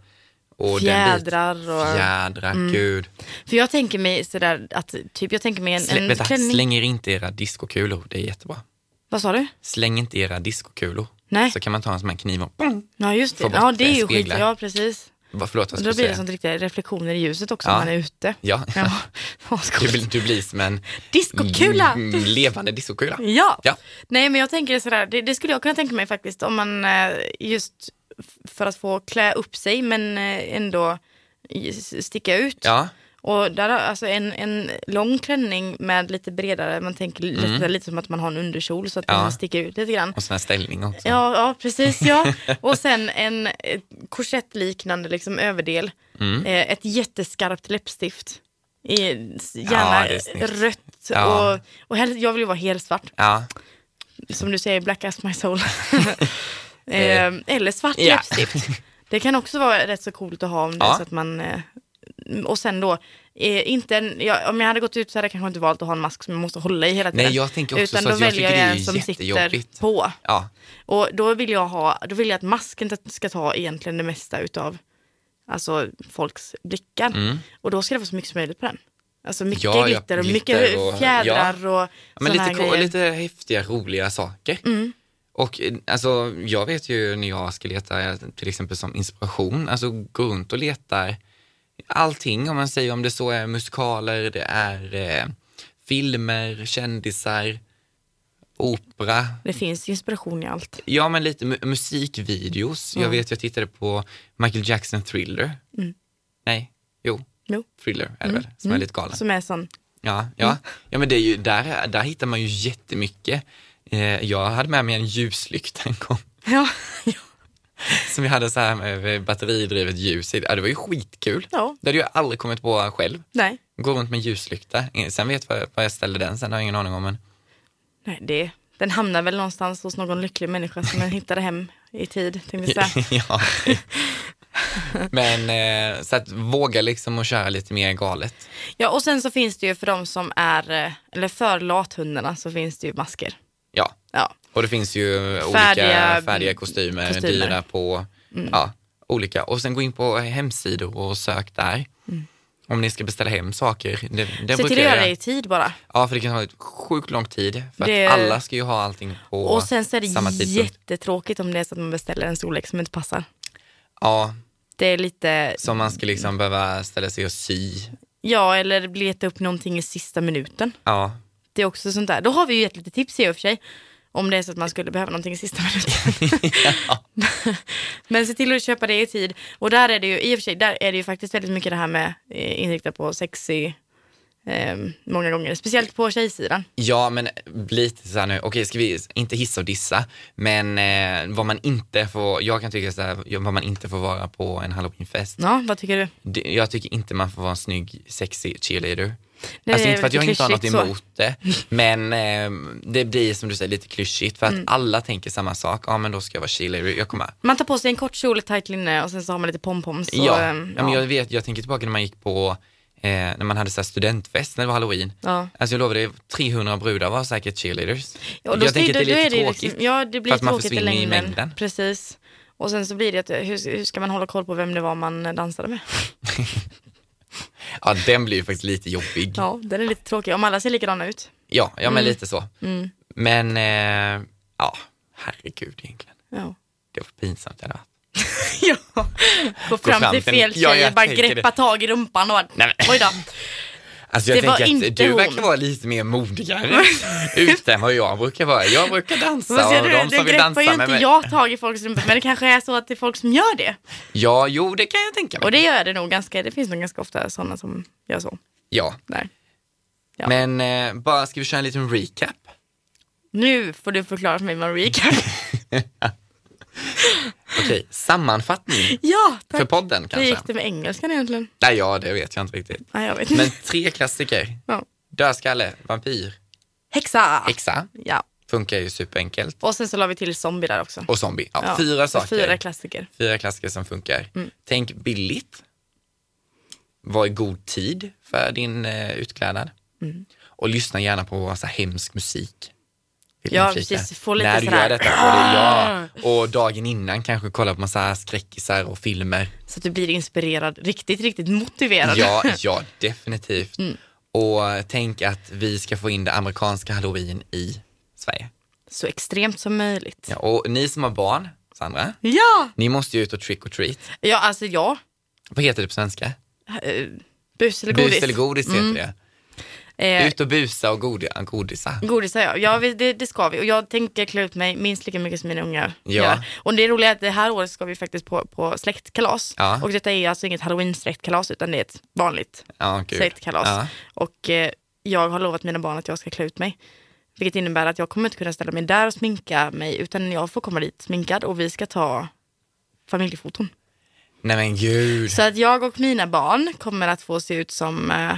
[SPEAKER 1] Och
[SPEAKER 2] Fjädrar
[SPEAKER 1] den
[SPEAKER 2] och-
[SPEAKER 1] biten.
[SPEAKER 2] Mm.
[SPEAKER 1] Fjädrar, gud.
[SPEAKER 2] För jag tänker mig sådär att typ jag tänker mig en,
[SPEAKER 1] Slä,
[SPEAKER 2] en
[SPEAKER 1] vänta,
[SPEAKER 2] klänning.
[SPEAKER 1] släng er inte era diskokulor, det är jättebra.
[SPEAKER 2] Vad sa du?
[SPEAKER 1] Släng inte era diskokulor.
[SPEAKER 2] Nej.
[SPEAKER 1] Så kan man ta en sån här kniv och...
[SPEAKER 2] Ja just det,
[SPEAKER 1] Få bort
[SPEAKER 2] ja det är ju
[SPEAKER 1] speglar.
[SPEAKER 2] skit. Ja precis.
[SPEAKER 1] Vad, förlåt, vad
[SPEAKER 2] Och
[SPEAKER 1] skulle
[SPEAKER 2] då
[SPEAKER 1] du
[SPEAKER 2] blir det
[SPEAKER 1] säga?
[SPEAKER 2] sånt riktiga reflektioner i ljuset också
[SPEAKER 1] Ja.
[SPEAKER 2] när man är ute.
[SPEAKER 1] Ja,
[SPEAKER 2] Ja, ascoolt.
[SPEAKER 1] du, blir- du blir som en
[SPEAKER 2] Diskokula!
[SPEAKER 1] mm, levande diskokula.
[SPEAKER 2] Ja.
[SPEAKER 1] Ja.
[SPEAKER 2] Nej men jag tänker sådär, det, det skulle jag kunna tänka mig faktiskt om man eh, just f- för att få klä upp sig men eh, ändå i- s- sticka ut.
[SPEAKER 1] Ja,
[SPEAKER 2] Och där har, alltså en, en lång klänning med lite bredare, man tänker lite, lite som att man har en underkjol så att
[SPEAKER 1] Mm. Ja.
[SPEAKER 2] man sticker ut lite grann.
[SPEAKER 1] och sån här ställning också.
[SPEAKER 2] Ja, ja, precis ja. Och sen en eh, korsettliknande liksom överdel.
[SPEAKER 1] Mm.
[SPEAKER 2] Eh, ett jätteskarpt läppstift. I, gärna
[SPEAKER 1] det är snyggt.
[SPEAKER 2] rött
[SPEAKER 1] Ja.
[SPEAKER 2] och, och helst, jag vill ju vara helt svart
[SPEAKER 1] Ja.
[SPEAKER 2] som du säger, black as my soul.
[SPEAKER 1] Eh.
[SPEAKER 2] eh, eller svart
[SPEAKER 1] Ja.
[SPEAKER 2] läppstift. Det kan också vara rätt så coolt att ha om det
[SPEAKER 1] Ja.
[SPEAKER 2] är så att man... Eh, och sen då, eh, inte en, ja, om jag hade gått ut så hade jag kanske inte valt att ha en mask som jag måste hålla i hela tiden.
[SPEAKER 1] Nej, jag tänker också
[SPEAKER 2] Utan
[SPEAKER 1] så
[SPEAKER 2] då
[SPEAKER 1] att jag
[SPEAKER 2] väljer
[SPEAKER 1] tycker det är
[SPEAKER 2] en som sitter
[SPEAKER 1] jättejobbigt.
[SPEAKER 2] på.
[SPEAKER 1] Ja,
[SPEAKER 2] Och då vill jag ha, då vill jag att masken ska ta egentligen det mesta utav alltså, folks blickar. Och då ska det vara så mycket som möjligt på den. Alltså mycket
[SPEAKER 1] Mm. Ja, ja,
[SPEAKER 2] glitter och mycket
[SPEAKER 1] glitter och-
[SPEAKER 2] fjädrar och
[SPEAKER 1] men
[SPEAKER 2] såna
[SPEAKER 1] lite,
[SPEAKER 2] här
[SPEAKER 1] ko-
[SPEAKER 2] grejer. Mm.
[SPEAKER 1] lite häftiga, roliga saker. Och eh, alltså, jag vet ju när jag ska leta eh, till exempel som inspiration, alltså gå runt och letar allting, om man säger om det så är musikaler, det är eh, filmer, kändisar, opera,
[SPEAKER 2] Det finns inspiration i allt.
[SPEAKER 1] Ja, men lite mu- musikvideos.
[SPEAKER 2] Mm.
[SPEAKER 1] Jag vet, jag tittade på Michael Jackson Thriller. Nej, jo,
[SPEAKER 2] Jo.
[SPEAKER 1] Thriller
[SPEAKER 2] Mm.
[SPEAKER 1] är det väl, som är lite galen.
[SPEAKER 2] Som är sån,
[SPEAKER 1] Ja, ja. ja men det är ju, där, där hittar man ju jättemycket. Eh, jag hade med mig en ljuslykta en gång
[SPEAKER 2] ja, ja,
[SPEAKER 1] som jag hade så här med batteridrivet ljus i. Ja, det var ju skitkul.
[SPEAKER 2] Ja.
[SPEAKER 1] Det hade jag aldrig kommit på själv.
[SPEAKER 2] nej,
[SPEAKER 1] Gå runt med ljuslykta. Eh, Sen vet jag var jag ställde den, sen har jag ingen aning om. Men
[SPEAKER 2] nej det, den hamnar väl någonstans hos någon lycklig människa som den hittade hem i tid, tänkte jag säga.
[SPEAKER 1] ja. Men eh, så att våga liksom att köra lite mer galet.
[SPEAKER 2] Ja, och sen så finns det ju för de som är, eh, eller för lathundarna så finns det ju masker.
[SPEAKER 1] Ja,
[SPEAKER 2] Ja,
[SPEAKER 1] och det finns ju
[SPEAKER 2] Färdiga-
[SPEAKER 1] olika färdiga kostymer,
[SPEAKER 2] kostymer. Mm.
[SPEAKER 1] dyra på, ja, olika. Och sen gå in på hemsidor och sök där. Om ni ska beställa hem saker. Det, det
[SPEAKER 2] Mm. se
[SPEAKER 1] brukar
[SPEAKER 2] till att
[SPEAKER 1] jag
[SPEAKER 2] göra
[SPEAKER 1] göra.
[SPEAKER 2] det i tid bara.
[SPEAKER 1] Ja, för det kan ta ett sjukt lång tid. För
[SPEAKER 2] Det-
[SPEAKER 1] att alla ska ju ha allting på
[SPEAKER 2] Och sen så är
[SPEAKER 1] samma
[SPEAKER 2] det
[SPEAKER 1] tidpunkt.
[SPEAKER 2] jättetråkigt om det är så att man beställer en storlek som inte passar.
[SPEAKER 1] Ja,
[SPEAKER 2] Det är lite,
[SPEAKER 1] som man ska
[SPEAKER 2] Mm.
[SPEAKER 1] liksom behöva ställa sig och sy.
[SPEAKER 2] ja eller leta upp någonting i sista minuten.
[SPEAKER 1] Ja,
[SPEAKER 2] Det är också sånt där. Då har vi ju gett lite tips i och för sig. Om det är så att man skulle behöva någonting i sista minuten. Men se till att köpa det i tid. Och där är det ju, i och för sig, där är det ju faktiskt väldigt mycket det här med eh, inriktat på sexy. Eh, många gånger, speciellt på tjejsidan.
[SPEAKER 1] Ja, men lite så här nu, okej ska vi inte hissa och dissa, men eh, vad man inte får, jag kan tycka så här, vad man inte får vara på en halloweenfest.
[SPEAKER 2] Ja, vad tycker du?
[SPEAKER 1] Det, jag tycker inte man får vara en snygg, sexig cheerleader.
[SPEAKER 2] Nej,
[SPEAKER 1] alltså
[SPEAKER 2] det är
[SPEAKER 1] inte för att jag
[SPEAKER 2] lite
[SPEAKER 1] inte har något
[SPEAKER 2] klyschigt så. Mm.
[SPEAKER 1] emot det, men eh, det blir som du säger lite klyschigt för att alla tänker samma sak, ja men då ska jag vara cheerleader, jag kommer
[SPEAKER 2] Man tar på sig en kort kjol, ett tajt linne och sen så har man lite pompoms. Och,
[SPEAKER 1] ja,
[SPEAKER 2] eh,
[SPEAKER 1] ja, men jag vet, jag tänker tillbaka när man gick på, eh, när man hade så här studentfest när det var halloween.
[SPEAKER 2] Ja.
[SPEAKER 1] Alltså jag lovar dig, 300 brudar var säkert cheerleaders.
[SPEAKER 2] Ja, och då
[SPEAKER 1] jag
[SPEAKER 2] ska-
[SPEAKER 1] tänker att det
[SPEAKER 2] då-
[SPEAKER 1] är
[SPEAKER 2] då
[SPEAKER 1] lite
[SPEAKER 2] ju
[SPEAKER 1] tråkigt.
[SPEAKER 2] Liksom, ja, det blir
[SPEAKER 1] för att man
[SPEAKER 2] tråkigt i
[SPEAKER 1] försvinner i
[SPEAKER 2] längden.
[SPEAKER 1] mängden.
[SPEAKER 2] Precis. Och sen så blir det att, eh, hur, hur ska man hålla koll på vem det var man eh, dansade med?
[SPEAKER 1] Ja, den blir ju faktiskt lite jobbig. Ja,
[SPEAKER 2] Ja, Mm. den är lite tråkig. Om alla ser likadana ut.
[SPEAKER 1] ja, men lite så. Men, eh, ja, herregud egentligen.
[SPEAKER 2] Ja.
[SPEAKER 1] Det var pinsamt det hade varit.
[SPEAKER 2] ja. Gå fram
[SPEAKER 1] fram
[SPEAKER 2] till
[SPEAKER 1] till-
[SPEAKER 2] fel
[SPEAKER 1] Ja,
[SPEAKER 2] tjej,
[SPEAKER 1] jag
[SPEAKER 2] bara
[SPEAKER 1] tänker
[SPEAKER 2] greppa tag i rumpan och bara, oj då.
[SPEAKER 1] Alltså jag
[SPEAKER 2] Det var
[SPEAKER 1] tänker att
[SPEAKER 2] inte
[SPEAKER 1] du
[SPEAKER 2] hon.
[SPEAKER 1] verkar vara lite mer modigare ute än vad jag brukar vara. Jag brukar dansa
[SPEAKER 2] Vad
[SPEAKER 1] och
[SPEAKER 2] ser du?
[SPEAKER 1] de
[SPEAKER 2] Det
[SPEAKER 1] som vill
[SPEAKER 2] greppar ju
[SPEAKER 1] dansa
[SPEAKER 2] inte
[SPEAKER 1] med mig.
[SPEAKER 2] jag tag i folks rumpor, men det kanske är så att det är folk som gör det.
[SPEAKER 1] Ja, jo det kan jag tänka mig.
[SPEAKER 2] Och det gör det nog ganska, det finns nog ganska ofta sådana som gör så.
[SPEAKER 1] Ja,
[SPEAKER 2] Där. Ja.
[SPEAKER 1] men eh, bara ska vi köra en liten recap?
[SPEAKER 2] Nu får du förklara för mig vad en recap
[SPEAKER 1] Okej, sammanfattning
[SPEAKER 2] Ja, tack.
[SPEAKER 1] för podden
[SPEAKER 2] Hur
[SPEAKER 1] kanske?
[SPEAKER 2] gick det med engelskan egentligen?
[SPEAKER 1] Nej, ja det vet jag inte riktigt.
[SPEAKER 2] Nej, jag vet inte.
[SPEAKER 1] Men tre klassiker.
[SPEAKER 2] Ja.
[SPEAKER 1] Dödskalle, vampyr,
[SPEAKER 2] Häxa!
[SPEAKER 1] häxa.
[SPEAKER 2] Ja.
[SPEAKER 1] Funkar ju superenkelt.
[SPEAKER 2] Och sen så la vi till zombie där också.
[SPEAKER 1] Och zombie. Ja,
[SPEAKER 2] Ja,
[SPEAKER 1] Fyra
[SPEAKER 2] så
[SPEAKER 1] saker.
[SPEAKER 2] Fyra klassiker.
[SPEAKER 1] fyra klassiker som funkar.
[SPEAKER 2] Mm.
[SPEAKER 1] Tänk billigt. Var i god tid för din eh, utklädnad.
[SPEAKER 2] Mm.
[SPEAKER 1] Och lyssna gärna på så här hemsk musik. Vill
[SPEAKER 2] Ja,
[SPEAKER 1] ni flika?
[SPEAKER 2] precis. Få lite
[SPEAKER 1] När du
[SPEAKER 2] sådär- Ah!
[SPEAKER 1] gör detta får du, ja. Och dagen innan kanske kolla på massa skräckisar och filmer.
[SPEAKER 2] Så att du blir inspirerad, riktigt, riktigt motiverad.
[SPEAKER 1] Ja, ja definitivt.
[SPEAKER 2] Mm.
[SPEAKER 1] Och eh, tänk att vi ska få in det amerikanska halloween i Sverige.
[SPEAKER 2] Så extremt som möjligt.
[SPEAKER 1] Ja, och ni som har barn, Sandra,
[SPEAKER 2] Ja!
[SPEAKER 1] ni måste ju ut och trick or treat.
[SPEAKER 2] Ja, alltså ja.
[SPEAKER 1] Vad heter det på svenska?
[SPEAKER 2] Eh, Bus eller godis. Mm.
[SPEAKER 1] Bus eller godis heter det.
[SPEAKER 2] Eh,
[SPEAKER 1] Ut och busa och godi- godisa.
[SPEAKER 2] Godisar ja. ja vi, det, det ska vi. Och jag tänker klä ut mig minst lika mycket som mina ungar
[SPEAKER 1] Ja.
[SPEAKER 2] gör. Och det roliga är att det här året ska vi faktiskt på, på släktkalas.
[SPEAKER 1] Ja.
[SPEAKER 2] Och detta är alltså inget halloween-släktkalas utan det är ett vanligt
[SPEAKER 1] Ja, kul.
[SPEAKER 2] släktkalas.
[SPEAKER 1] Ja.
[SPEAKER 2] Och eh, jag har lovat mina barn att jag ska klä ut mig. Vilket innebär att jag kommer inte kunna ställa mig där och sminka mig utan jag får komma dit sminkad och vi ska ta familjefoton.
[SPEAKER 1] Nej men gud.
[SPEAKER 2] Så att jag och mina barn kommer att få se ut som eh,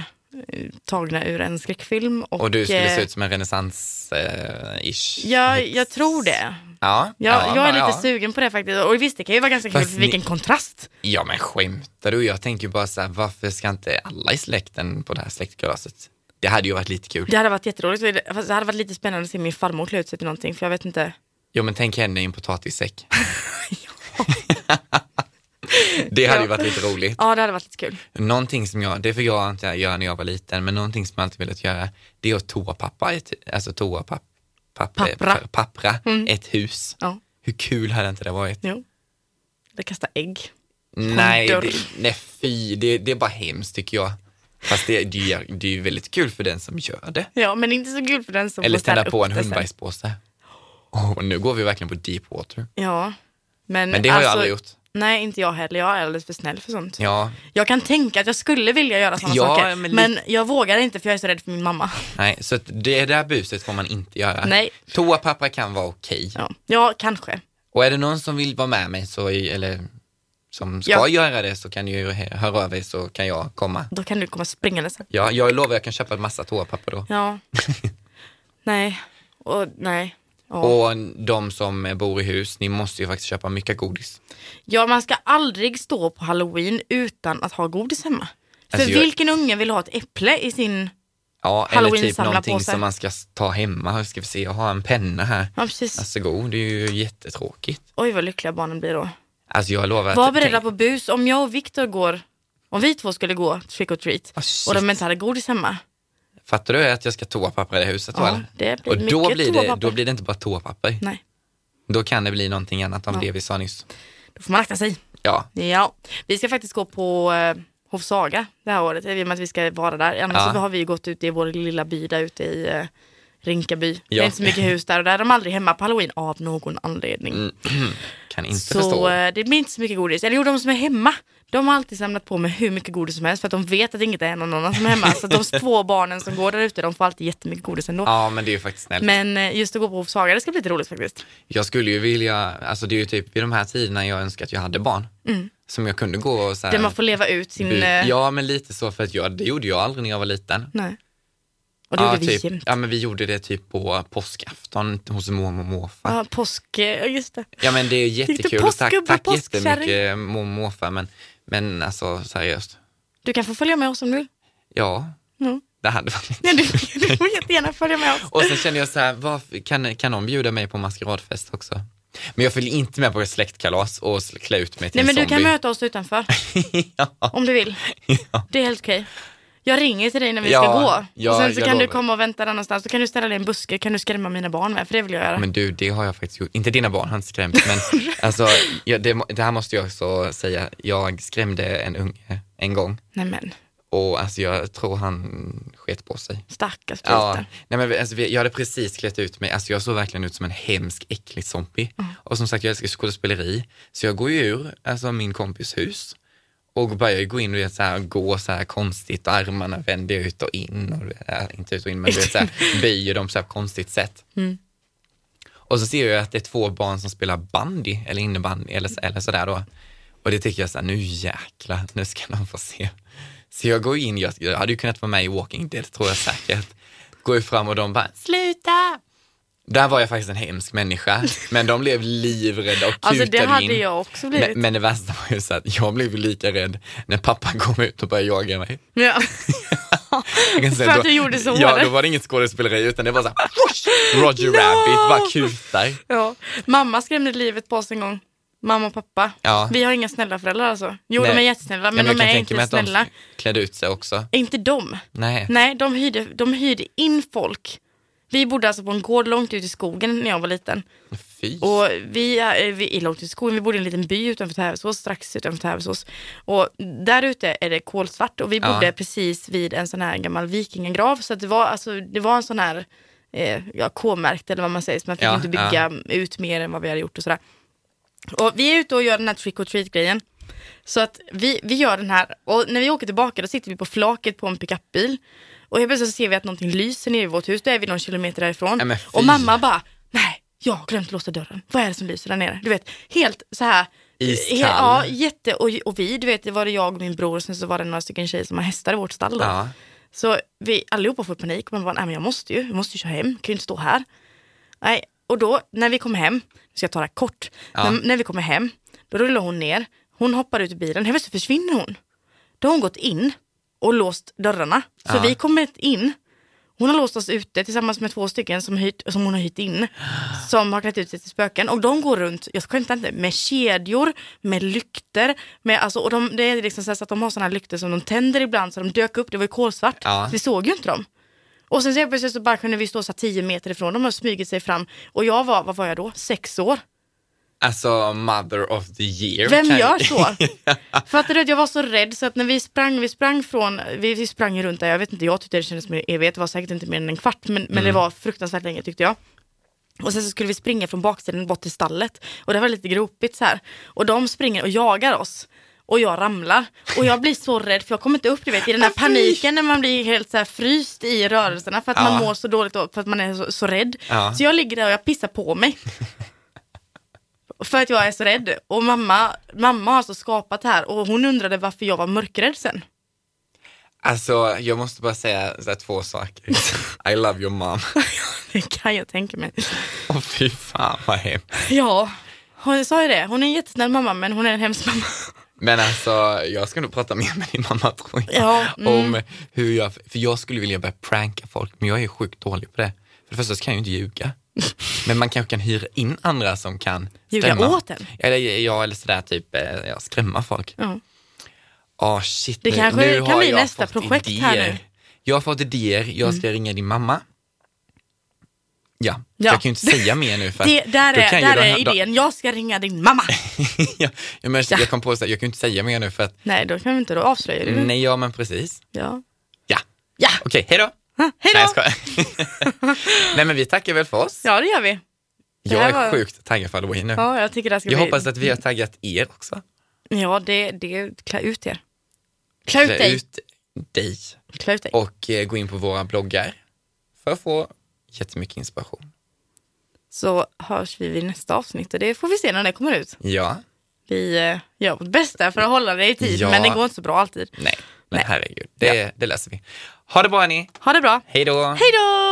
[SPEAKER 2] tagna ur en skräckfilm. Och,
[SPEAKER 1] Och du skulle
[SPEAKER 2] eh,
[SPEAKER 1] se ut som en renässans-ish.
[SPEAKER 2] Ja, jag tror det.
[SPEAKER 1] Ja,
[SPEAKER 2] Ja, jag är lite
[SPEAKER 1] ja.
[SPEAKER 2] sugen på det faktiskt. Och visst, det kan ju vara ganska kul,
[SPEAKER 1] Fast
[SPEAKER 2] för vilken kontrast.
[SPEAKER 1] Ja men skämtar du? Jag tänker ju bara så här, varför ska inte alla i släkten på det här släktkalaset? Det hade ju varit lite kul.
[SPEAKER 2] Det hade varit jätteroligt. Fast det hade varit lite spännande att se min farmor klä ut sig till någonting, för jag vet inte.
[SPEAKER 1] Jo men tänk henne i en potatissäck. det hade ju varit lite roligt.
[SPEAKER 2] Ja, det hade varit lite kul.
[SPEAKER 1] Någonting som jag, det får jag inte göra när jag var liten, men någonting som jag alltid velat göra, det är att toapappa, ett, alltså toapapp, papper,
[SPEAKER 2] Pappra. Mm.
[SPEAKER 1] pa- pappra ett hus.
[SPEAKER 2] Ja,
[SPEAKER 1] Hur kul hade inte det varit?
[SPEAKER 2] jo. Eller kasta ägg.
[SPEAKER 1] Nej,
[SPEAKER 2] dörr.
[SPEAKER 1] det, nej fy, det, det är bara hemskt tycker jag. Fast det, det, är- det är ju väldigt kul för den som gör det.
[SPEAKER 2] Ja, men inte så kul för den som
[SPEAKER 1] Eller
[SPEAKER 2] får städa
[SPEAKER 1] tända på
[SPEAKER 2] upp
[SPEAKER 1] en
[SPEAKER 2] det sen.
[SPEAKER 1] hundbajspåse. Åh, nu går vi verkligen på deep water.
[SPEAKER 2] Ja. Men,
[SPEAKER 1] Men det har jag
[SPEAKER 2] alltså,
[SPEAKER 1] aldrig gjort.
[SPEAKER 2] Nej, inte jag heller. Jag är alldeles för snäll för sånt.
[SPEAKER 1] Ja,
[SPEAKER 2] Jag kan tänka att jag skulle vilja göra sådana
[SPEAKER 1] Ja,
[SPEAKER 2] saker,
[SPEAKER 1] men
[SPEAKER 2] men,
[SPEAKER 1] li-
[SPEAKER 2] jag vågar inte för jag är så rädd för min mamma.
[SPEAKER 1] nej, så att det där buset får man inte göra.
[SPEAKER 2] Nej.
[SPEAKER 1] Toapapper kan vara okej.
[SPEAKER 2] Ja, ja kanske.
[SPEAKER 1] Och är det någon som vill vara med mig så, är- eller som ska
[SPEAKER 2] Ja.
[SPEAKER 1] göra det så kan ni ju hö- höra av er så kan jag komma.
[SPEAKER 2] Då kan du komma springande sen.
[SPEAKER 1] Ja, jag lovar jag kan köpa en massa toapapper då.
[SPEAKER 2] Ja. nej. Och nej. Ja.
[SPEAKER 1] Och de som bor i hus, ni måste ju faktiskt köpa mycket godis.
[SPEAKER 2] ja, man ska aldrig stå på halloween utan att ha godis hemma.
[SPEAKER 1] Alltså,
[SPEAKER 2] För
[SPEAKER 1] jag-
[SPEAKER 2] vilken unge vill ha ett äpple i sin...
[SPEAKER 1] Ja, eller
[SPEAKER 2] Halloween
[SPEAKER 1] typ
[SPEAKER 2] samlar
[SPEAKER 1] någonting
[SPEAKER 2] på sig.
[SPEAKER 1] som man ska s- ta hemma. Hur ska vi se, jag har en penna här.
[SPEAKER 2] Ja, precis.
[SPEAKER 1] Alltså god, det är ju jättetråkigt.
[SPEAKER 2] Oj, vad lyckliga barnen blir då.
[SPEAKER 1] Alltså jag lovar att...
[SPEAKER 2] Var beredda på bus. Om jag och Viktor går, om vi två skulle gå trick or treat
[SPEAKER 1] Ah, shit.
[SPEAKER 2] och de inte hade godis hemma.
[SPEAKER 1] Fattar du att jag ska toapapper i det huset då
[SPEAKER 2] Ja,
[SPEAKER 1] eller?
[SPEAKER 2] det blir
[SPEAKER 1] Och då
[SPEAKER 2] mycket
[SPEAKER 1] blir, det,
[SPEAKER 2] toapapper.
[SPEAKER 1] då blir det inte bara toapapper.
[SPEAKER 2] Nej,
[SPEAKER 1] Då kan det bli någonting annat av det vi sa nyss.
[SPEAKER 2] då får man akta sig.
[SPEAKER 1] Ja,
[SPEAKER 2] Ja, vi ska faktiskt gå på eh, Hovsaga det här året i och med att vi ska vara där. Annars
[SPEAKER 1] Ja.
[SPEAKER 2] så har vi ju gått ut i vår lilla by där ute i eh, Rinkaby. Det
[SPEAKER 1] Ja.
[SPEAKER 2] är inte så mycket hus där och där är de aldrig hemma på halloween av någon anledning.
[SPEAKER 1] Mm, kan inte
[SPEAKER 2] Så
[SPEAKER 1] förstå.
[SPEAKER 2] eh, det blir inte så mycket godis. Eller jo, de som är hemma, de har alltid samlat på med hur mycket godis som helst för att de vet att inget är någon annan som är hemma. Så att de två barnen som går där ute, de får alltid jättemycket godis ändå.
[SPEAKER 1] Ja, men det är ju faktiskt snällt.
[SPEAKER 2] Men eh, just att gå på Hovsaga, det ska bli lite roligt faktiskt.
[SPEAKER 1] Jag skulle ju vilja, alltså det är ju typ vid de här tiderna jag önskar att jag hade barn.
[SPEAKER 2] Mm.
[SPEAKER 1] Som jag kunde gå och så här,
[SPEAKER 2] Där man får leva ut sin...
[SPEAKER 1] bu-
[SPEAKER 2] eh,
[SPEAKER 1] Ja, men lite så för att jag, det gjorde jag aldrig när jag var liten.
[SPEAKER 2] Nej. Och det
[SPEAKER 1] ja,
[SPEAKER 2] gjorde vi
[SPEAKER 1] typ,
[SPEAKER 2] jämt.
[SPEAKER 1] ja, men vi gjorde det typ på påskafton hos mormor och morfar.
[SPEAKER 2] Ja, påsk, eh, just det.
[SPEAKER 1] Ja men det är
[SPEAKER 2] du
[SPEAKER 1] jättekul och tack,
[SPEAKER 2] påskgubbe
[SPEAKER 1] tack
[SPEAKER 2] och påskkärring?
[SPEAKER 1] jättemycket mormor och morfar men, men alltså seriöst,
[SPEAKER 2] Du kan få följa med oss om du vill.
[SPEAKER 1] ja
[SPEAKER 2] Ja.
[SPEAKER 1] det hade varit
[SPEAKER 2] Ja, du, du får jättegärna följa med oss.
[SPEAKER 1] Och sen kände jag så här, varför, kan, kan de bjuda mig på maskeradfest också? Men jag följer inte med på släktkalas och sl- klä ut mig till
[SPEAKER 2] Nej men
[SPEAKER 1] en
[SPEAKER 2] du kan
[SPEAKER 1] zombie.
[SPEAKER 2] möta oss utanför
[SPEAKER 1] ja,
[SPEAKER 2] om du vill.
[SPEAKER 1] ja.
[SPEAKER 2] Det är helt okej. Jag ringer till dig när vi
[SPEAKER 1] Ja,
[SPEAKER 2] ska gå.
[SPEAKER 1] ja,
[SPEAKER 2] och sen så
[SPEAKER 1] jag
[SPEAKER 2] kan du
[SPEAKER 1] lovar.
[SPEAKER 2] komma och vänta där någonstans. Då kan du ställa dig i en buske, kan du skrämma mina barn med, för det vill jag göra.
[SPEAKER 1] Men du, det har jag faktiskt gjort. Inte dina barn, han skrämt, men alltså, jag, det, må- det här måste jag också säga. Jag skrämde en unge en gång
[SPEAKER 2] Nej men,
[SPEAKER 1] och alltså, jag tror han sket på sig.
[SPEAKER 2] stackars
[SPEAKER 1] Ja,
[SPEAKER 2] pojkar.
[SPEAKER 1] nej men vi- alltså, vi- jag hade precis klätt ut mig, alltså jag såg verkligen ut som en hemsk äcklig zombie. Och som sagt jag älskar skådespeleri, så jag går ju ur alltså, min kompis hus och börjar ju gå in och du vet, så här, gå så här konstigt, och armarna vänder jag ut och in, och, du vet, äh, inte ut och in men du vet, så här, böjer dem så här på konstigt sätt. Och så ser jag att det är två barn som spelar bandy eller innebandy eller, så- eller sådär då. Och det tycker jag så här, nu jäklar, nu ska de få se. Så jag går in, jag, jag hade ju kunnat vara med i Walking Dead tror jag säkert. Går ju fram och de bara,
[SPEAKER 2] Sluta!
[SPEAKER 1] där var jag faktiskt en hemsk människa. Men de blev livrädda och kutade
[SPEAKER 2] Alltså det hade
[SPEAKER 1] in.
[SPEAKER 2] jag också blivit.
[SPEAKER 1] Men, men det värsta var ju så att jag blev ju lika rädd när pappa kom ut och började jaga mig.
[SPEAKER 2] Ja.
[SPEAKER 1] Jag kan säga
[SPEAKER 2] För att
[SPEAKER 1] då-
[SPEAKER 2] du gjorde så,
[SPEAKER 1] Ja,
[SPEAKER 2] eller?
[SPEAKER 1] då var det inget skådespeleri utan det var så här, "Whoosh!" Roger Rabbit bara kutar.
[SPEAKER 2] ja. Mamma skrämde livet på oss en gång. Mamma och pappa.
[SPEAKER 1] Ja.
[SPEAKER 2] Vi har inga snälla föräldrar alltså. Jo
[SPEAKER 1] Nej.
[SPEAKER 2] de är
[SPEAKER 1] Nej,
[SPEAKER 2] jättesnälla men,
[SPEAKER 1] jag
[SPEAKER 2] de
[SPEAKER 1] kan
[SPEAKER 2] är
[SPEAKER 1] tänka mig
[SPEAKER 2] inte
[SPEAKER 1] att de
[SPEAKER 2] snälla.
[SPEAKER 1] klädde ut sig också.
[SPEAKER 2] Inte de.
[SPEAKER 1] Nej.
[SPEAKER 2] Nej, de hyrde, de hyrde in folk. Vi bodde alltså på en gård långt ut i skogen när jag var liten.
[SPEAKER 1] Fy.
[SPEAKER 2] Och vi, eh, vi är långt i skogen, vi bodde i en liten by utanför Tävelsås, strax utanför Tävelsås. Och där ute är det kolsvart och vi
[SPEAKER 1] Ja.
[SPEAKER 2] bodde precis vid en sån här gammal vikingagrav. Så att det, var, alltså, det var en sån här eh, ja, K-märkt eller vad man säger, så man fick
[SPEAKER 1] Ja,
[SPEAKER 2] inte bygga ut mer än vad vi hade gjort och sådär. Och vi är ute och gör den här trick or treat grejen. Så att vi, vi gör den här och när vi åker tillbaka då sitter vi på flaket på en pickupbil. Och helt plötsligt så ser vi att någonting lyser nere i vårt hus, då är vi någon kilometer därifrån.
[SPEAKER 1] Nej, men fy.
[SPEAKER 2] och mamma bara, nej, jag har glömt låsa dörren. Vad är det som lyser där nere? Du vet, helt så här.
[SPEAKER 1] Iskall.
[SPEAKER 2] he- Ja, jätte. Och, och vi, du vet, det var det jag och min bror och sen så var det några stycken tjejer som har hästar i vårt stall då.
[SPEAKER 1] Ja.
[SPEAKER 2] Så vi allihopa får panik. Man bara, nej men jag måste ju, jag måste ju köra hem, jag kan ju inte stå här. Nej, och då när vi kom hem, nu ska jag ta det här kort,
[SPEAKER 1] Ja.
[SPEAKER 2] när, när vi kommer hem, då rullar hon ner, hon hoppar ut ur bilen, helt plötsligt försvinner hon. Då har hon gått in och låst dörrarna. Så
[SPEAKER 1] Ja.
[SPEAKER 2] vi kommer in, hon har låst oss ute tillsammans med två stycken som, hyrt, som hon har hyrt in, som har klätt ut sig till spöken. Och de går runt, jag skämtar inte, med kedjor, med lykter, med, alltså, och de, det är liksom så här så att de har sådana lykter som de tänder ibland, så de dök upp, det var ju kolsvart,
[SPEAKER 1] Ja.
[SPEAKER 2] så vi såg ju inte dem. Och sen så helt plötsligt så bara kunde vi stå så här 10 meter ifrån dem och smugit sig fram. Och jag var, vad var jag då? Sex år.
[SPEAKER 1] Alltså mother of the year.
[SPEAKER 2] Vem
[SPEAKER 1] kan-
[SPEAKER 2] gör så? Fattar du att jag var så rädd så att när vi sprang, vi sprang från, vi, vi sprang ju runt där, jag vet inte, jag tyckte det kändes som en evighet, det var säkert inte mer än en kvart, men, men det var fruktansvärt länge tyckte jag. Och sen så skulle vi springa från baksidan bort till stallet och det var lite gropigt så här. Och de springer och jagar oss. Och jag ramlar. Och jag blir så rädd för jag kommer inte upp du vet, i den här paniken när man blir helt så här fryst i rörelserna för att man
[SPEAKER 1] Ja.
[SPEAKER 2] mår så dåligt och för att man är så, så rädd.
[SPEAKER 1] Ja.
[SPEAKER 2] Så jag ligger där och jag pissar på mig. För att jag är så rädd. Och mamma, mamma har alltså skapat det här och hon undrade varför jag var mörkrädd sen.
[SPEAKER 1] Alltså, jag måste bara säga så här, två saker. I love your mom.
[SPEAKER 2] Det kan jag tänka mig.
[SPEAKER 1] Åh fy fan vad hemskt.
[SPEAKER 2] Ja, hon sa ju det. Hon är en jättesnäll mamma men hon är en hemsk mamma.
[SPEAKER 1] Men alltså, jag ska nog prata mer med din mamma tror jag.
[SPEAKER 2] Ja, mm.
[SPEAKER 1] Om hur jag, för jag skulle vilja börja pranka folk, men jag är sjukt dålig på det. För det första så kan jag ju inte ljuga. Men man kanske kan hyra in andra som kan
[SPEAKER 2] Ljuga
[SPEAKER 1] skrämma.
[SPEAKER 2] åt en?
[SPEAKER 1] Eller, ja, eller sådär typ, eh, ja, skrämma folk.
[SPEAKER 2] Ja.
[SPEAKER 1] Ah shit,
[SPEAKER 2] Det
[SPEAKER 1] nu,
[SPEAKER 2] kanske
[SPEAKER 1] nu
[SPEAKER 2] kan
[SPEAKER 1] har
[SPEAKER 2] bli
[SPEAKER 1] jag
[SPEAKER 2] nästa
[SPEAKER 1] fått
[SPEAKER 2] projekt
[SPEAKER 1] idéer.
[SPEAKER 2] här nu. Mm.
[SPEAKER 1] Jag har fått idéer, jag ska ringa din mamma. Ja,
[SPEAKER 2] Ja.
[SPEAKER 1] jag kan ju inte säga mer nu för
[SPEAKER 2] Det,
[SPEAKER 1] att
[SPEAKER 2] där
[SPEAKER 1] då
[SPEAKER 2] är,
[SPEAKER 1] kan ju
[SPEAKER 2] där
[SPEAKER 1] de
[SPEAKER 2] är
[SPEAKER 1] här- då-
[SPEAKER 2] idén, jag ska ringa din mamma.
[SPEAKER 1] ja, jag, men,
[SPEAKER 2] Ja.
[SPEAKER 1] jag kom på så här, jag kan ju inte säga mer nu för att,
[SPEAKER 2] Nej, då kan vi inte, då avslöjar du.
[SPEAKER 1] nej ja men precis.
[SPEAKER 2] Ja.
[SPEAKER 1] Ja,
[SPEAKER 2] Mm. Ja,
[SPEAKER 1] okej, hejdå!
[SPEAKER 2] hej
[SPEAKER 1] Nej, jag
[SPEAKER 2] då!
[SPEAKER 1] skojar. nej men vi tackar väl för oss.
[SPEAKER 2] Ja, det gör vi. det
[SPEAKER 1] jag
[SPEAKER 2] här
[SPEAKER 1] är
[SPEAKER 2] var-
[SPEAKER 1] sjukt taggad för halloween nu.
[SPEAKER 2] Ja, jag tycker det här ska
[SPEAKER 1] jag
[SPEAKER 2] bli...
[SPEAKER 1] hoppas att vi har taggat er också.
[SPEAKER 2] Ja, det, det, klä ut er. Klä ut
[SPEAKER 1] Klä
[SPEAKER 2] dig.
[SPEAKER 1] ut dig
[SPEAKER 2] Klä ut dig.
[SPEAKER 1] och eh, gå in på våra bloggar för att få jättemycket inspiration.
[SPEAKER 2] Så hörs vi vid nästa avsnitt och det får vi se när det kommer ut.
[SPEAKER 1] Ja,
[SPEAKER 2] Vi eh, gör vårt bästa för att hålla det i tid,
[SPEAKER 1] Ja.
[SPEAKER 2] men det går inte så bra alltid.
[SPEAKER 1] nej, men herregud, det, det löser vi. Ha det bra ni.
[SPEAKER 2] Ha det bra.
[SPEAKER 1] hej då!
[SPEAKER 2] Hej då!